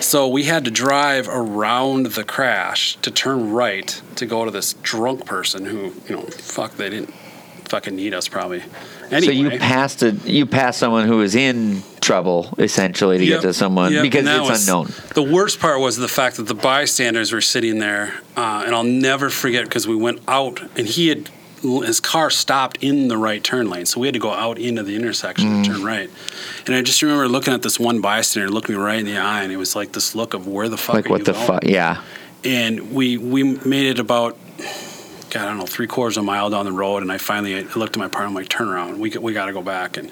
D: So we had to drive around the crash to turn right to go to this drunk person who, you know, fuck, they didn't fucking need us probably. Anyway,
A: So you passed a you passed someone who was in trouble essentially to
D: Yep,
A: get to someone
D: yep,
A: because
D: and that
A: it's
D: was-
A: unknown.
D: The worst part was the fact that the bystanders were sitting there, uh, and I'll never forget because we went out and he had his car stopped in the right turn lane, so we had to go out into the intersection and turn right. And I just remember looking at this one bystander, looked me right in the eye, and it was like this look of where the fuck
A: Like
D: are
A: what
D: you
A: the
D: going?
A: fuck? Yeah.
D: and we we made it about God, I don't know, three quarters of a mile down the road, and I finally I looked at my partner. I'm like, "Turn around, we got- we got to go back." And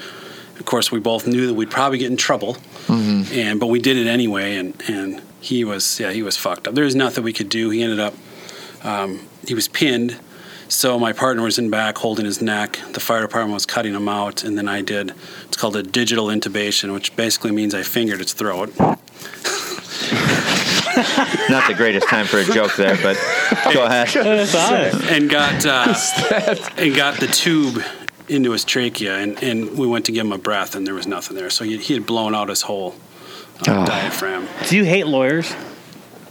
D: of course, we both knew that we'd probably get in trouble, and but we did it anyway. And and he was yeah, he was fucked up. There was nothing we could do. He ended up um, he was pinned. So my partner was in back holding his neck. The fire department was cutting him out, and then I did. It's called a digital intubation, which basically means I fingered its throat.
A: Not the greatest time for a joke there, but go ahead.
E: That's honest.
D: and got uh, and got the tube into his trachea, and, and we went to give him a breath, and there was nothing there. So he, he had blown out his whole uh,
G: Oh.
D: diaphragm.
E: Do you hate lawyers?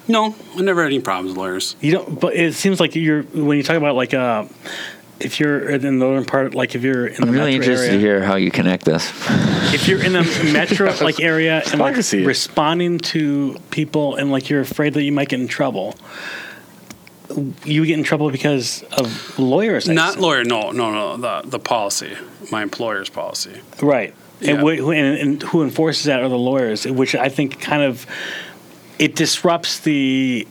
D: No, I never had any problems with lawyers.
E: You don't. But it seems like you're when you talk about like uh, if you're in the northern part, like if you're in the
A: I'm really
E: metro
A: interested to
E: area,
A: hear how you connect this.
E: if you're in the metro like area and like
F: can see it.
E: responding to people and like you're afraid that you might get in trouble. You get in trouble because of lawyers. I
D: Not
E: assume.
D: lawyer, no, no, no, the, the policy, my employer's policy.
E: Right. And,
D: Yeah.
E: wh- who, and, and who enforces that are the lawyers, which I think kind of it disrupts the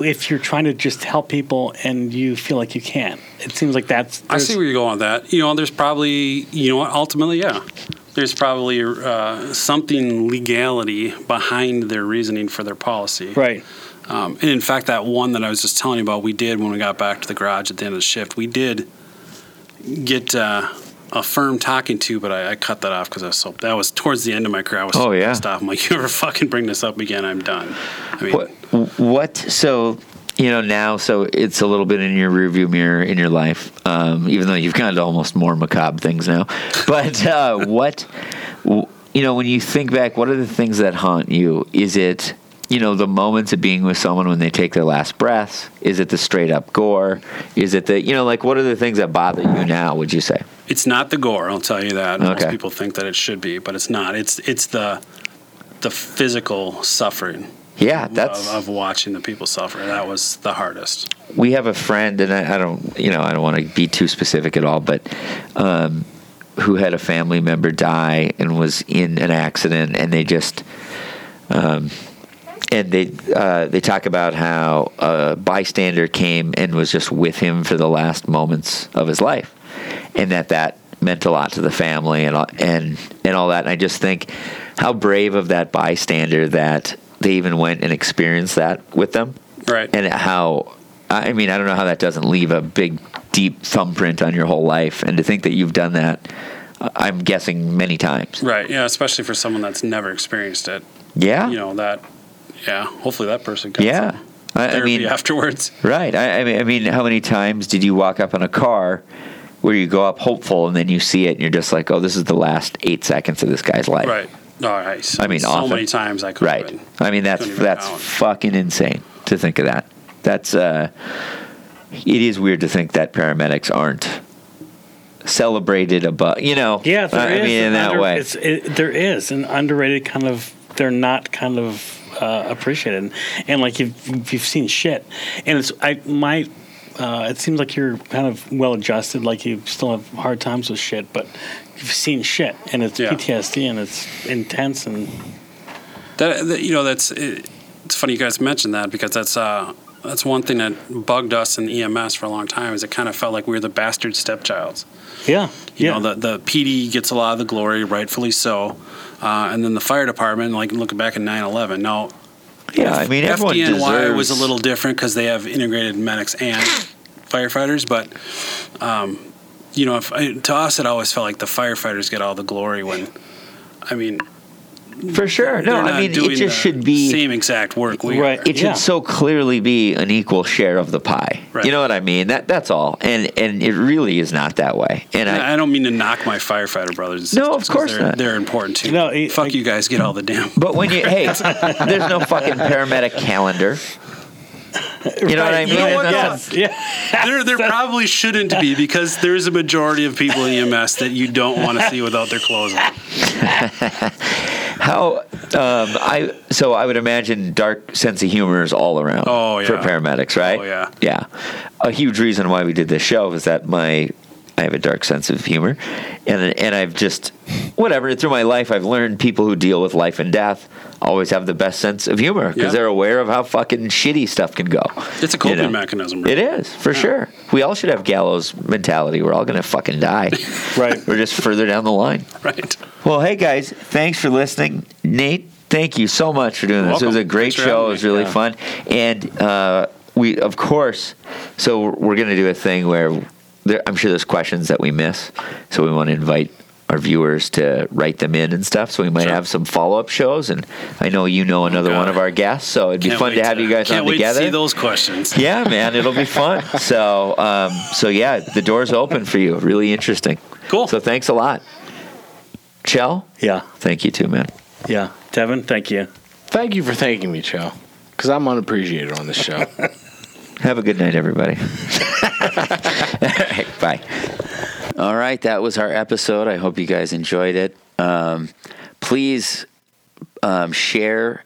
E: if you're trying to just help people and you feel like you can. It seems like that's
D: I see where you're going with that. You know, there's probably, you know, what, ultimately, yeah, there's probably uh, something legality behind their reasoning for their policy.
E: right.
D: Um, and in fact, that one that I was just telling you about, we did when we got back to the garage at the end of the shift. We did get uh, a firm talking to, but I, I cut that off because I was so that was towards the end of my career. I was
G: Oh,
D: so
G: yeah.
D: pissed off. I'm like, you ever fucking bring this up again, I'm done. I mean,
G: What?
A: What? So, you know, now, so it's a little bit in your rearview mirror in your life, um, even though you've gone to almost more macabre things now. But uh, what, w- you know, when you think back, what are the things that haunt you? Is it, you know, the moments of being with someone when they take their last breaths? Is it the straight up gore? Is it the, you know, like what are the things that bother you now, would you say?
D: it's not the gore. I'll tell you that. Most
A: Okay.
D: people think that it should be, but it's not. It's it's the the physical suffering
A: Yeah, that's.
D: of, of watching the people suffer. That was the hardest.
A: we have a friend, and I, I don't, you know, I don't want to be too specific at all, but um, who had a family member die and was in an accident, and they just, um, and they uh, they talk about how a bystander came and was just with him for the last moments of his life, and that that meant a lot to the family and all, and and all that. And I just think how brave of that bystander that they even went and experienced that with them
D: Right.
A: and how I mean, I don't know how that doesn't leave a big, deep thumbprint on your whole life. And to think that you've done that, I- I'm guessing many times.
D: right. Yeah. Especially for someone that's never experienced it.
A: Yeah.
D: You know that. Yeah. Hopefully that person. Got
A: Oh. yeah.
D: some
A: I, I
D: therapy
A: mean,
D: afterwards.
A: right. I, I mean, I mean, how many times did you walk up in a car where you go up hopeful and then you see it and you're just like, oh, this is the last eight seconds of this guy's life.
D: Right. All right. So,
A: I mean,
D: so
A: often-
D: many times I could.
A: Right. I mean, that's
D: Couldn't even
A: that's
D: count.
A: fucking insane to think of that. That's uh, it is weird to think that paramedics aren't celebrated above. You know.
E: Yeah, there
A: Uh, I
E: is
A: mean, in
E: an
A: that
E: under-
A: way.
E: It's, it, there is an underrated kind of. They're not kind of uh, appreciated, and, like you've you've seen shit, and it's I my. Uh, it seems like you're kind of well adjusted, like you still have hard times with shit, but you've seen shit, and it's
D: Yeah.
E: PTSD, and it's intense, and
D: That, that you know that's it, it's funny you guys mentioned that because that's uh that's one thing that bugged us in EMS for a long time is it kind of felt like we were the bastard stepchilds.
E: yeah,
D: You
E: yeah,
D: know, the, the PD gets a lot of the glory, rightfully so. Uh, and then the fire department, like looking back at 9 11, now
A: yeah. I mean, everyone
D: FDNY
A: deserves.
D: was a little different because they have integrated medics and firefighters, but um, you know, if, I- to us it always felt like the firefighters get all the glory when, I mean,
A: for sure. No,
D: they're not
A: I mean,
D: doing
A: it just
D: the
A: should be.
D: same exact work. We
E: Right.
D: are.
A: It should
E: Yeah.
A: so clearly be an equal share of the pie.
D: Right.
A: You know what I mean? That that's all. And and it really is not that way. And I,
D: I, I don't mean to knock my firefighter brothers. and
A: No,
D: sisters
A: of
D: 'cause
A: course
D: they're,
A: not.
D: They're important too.
E: No, it-
D: Fuck
E: like-
D: you guys, get all the damn.
A: But when you hey, there's no fucking paramedic calendar. You know what I
E: Right,
A: mean?
E: you know
A: There's no-
D: what, though?
E: yeah.
D: There, there probably shouldn't be because there is a majority of people in EMS that you don't want to see without their clothes on.
A: How um, I so I would imagine dark sense of humor is all around.
D: Oh, yeah.
A: for paramedics, right?
D: Oh, yeah.
A: yeah. A huge reason why we did this show is that my I have a dark sense of humor, and and I've just whatever through my life I've learned people who deal with life and death always have the best sense of humor because
D: Yeah.
A: they're aware of how fucking shitty stuff can go.
D: It's a
A: You
D: coping
A: know?
D: mechanism.
A: It is for sure. We all should have gallows mentality. We're all gonna fucking die.
E: Right.
A: We're just further down the line.
D: Right.
A: Well, hey guys, thanks for listening. Nate, thank you so much for doing this. It was a
D: welcome.
A: great
D: Thanks for
A: show. It
D: having
A: was
D: me.
A: really
D: Yeah.
A: fun, and uh, we, of course, so we're going to do a thing where there, I'm sure there's questions that we miss, so we want to invite our viewers to write them in and stuff. So we might have some follow up shows. And I know you know another
D: God.
A: one of our guests, so it'd be
D: Can't
A: fun
D: wait
A: to have you guys
D: can't
A: on
D: wait
A: together.
D: To see those questions.
A: yeah, man, it'll be fun. So, um, so yeah, the door's open for you. Really interesting.
D: Cool.
A: So thanks a lot, Chell.
E: Yeah.
A: Thank you too, man.
E: Yeah. Devin, thank you.
F: Thank you for thanking me, Chell, because I'm unappreciated on this show.
A: Have a good night, everybody. Bye. All right, that was our episode. I hope you guys enjoyed it. Um, please um, share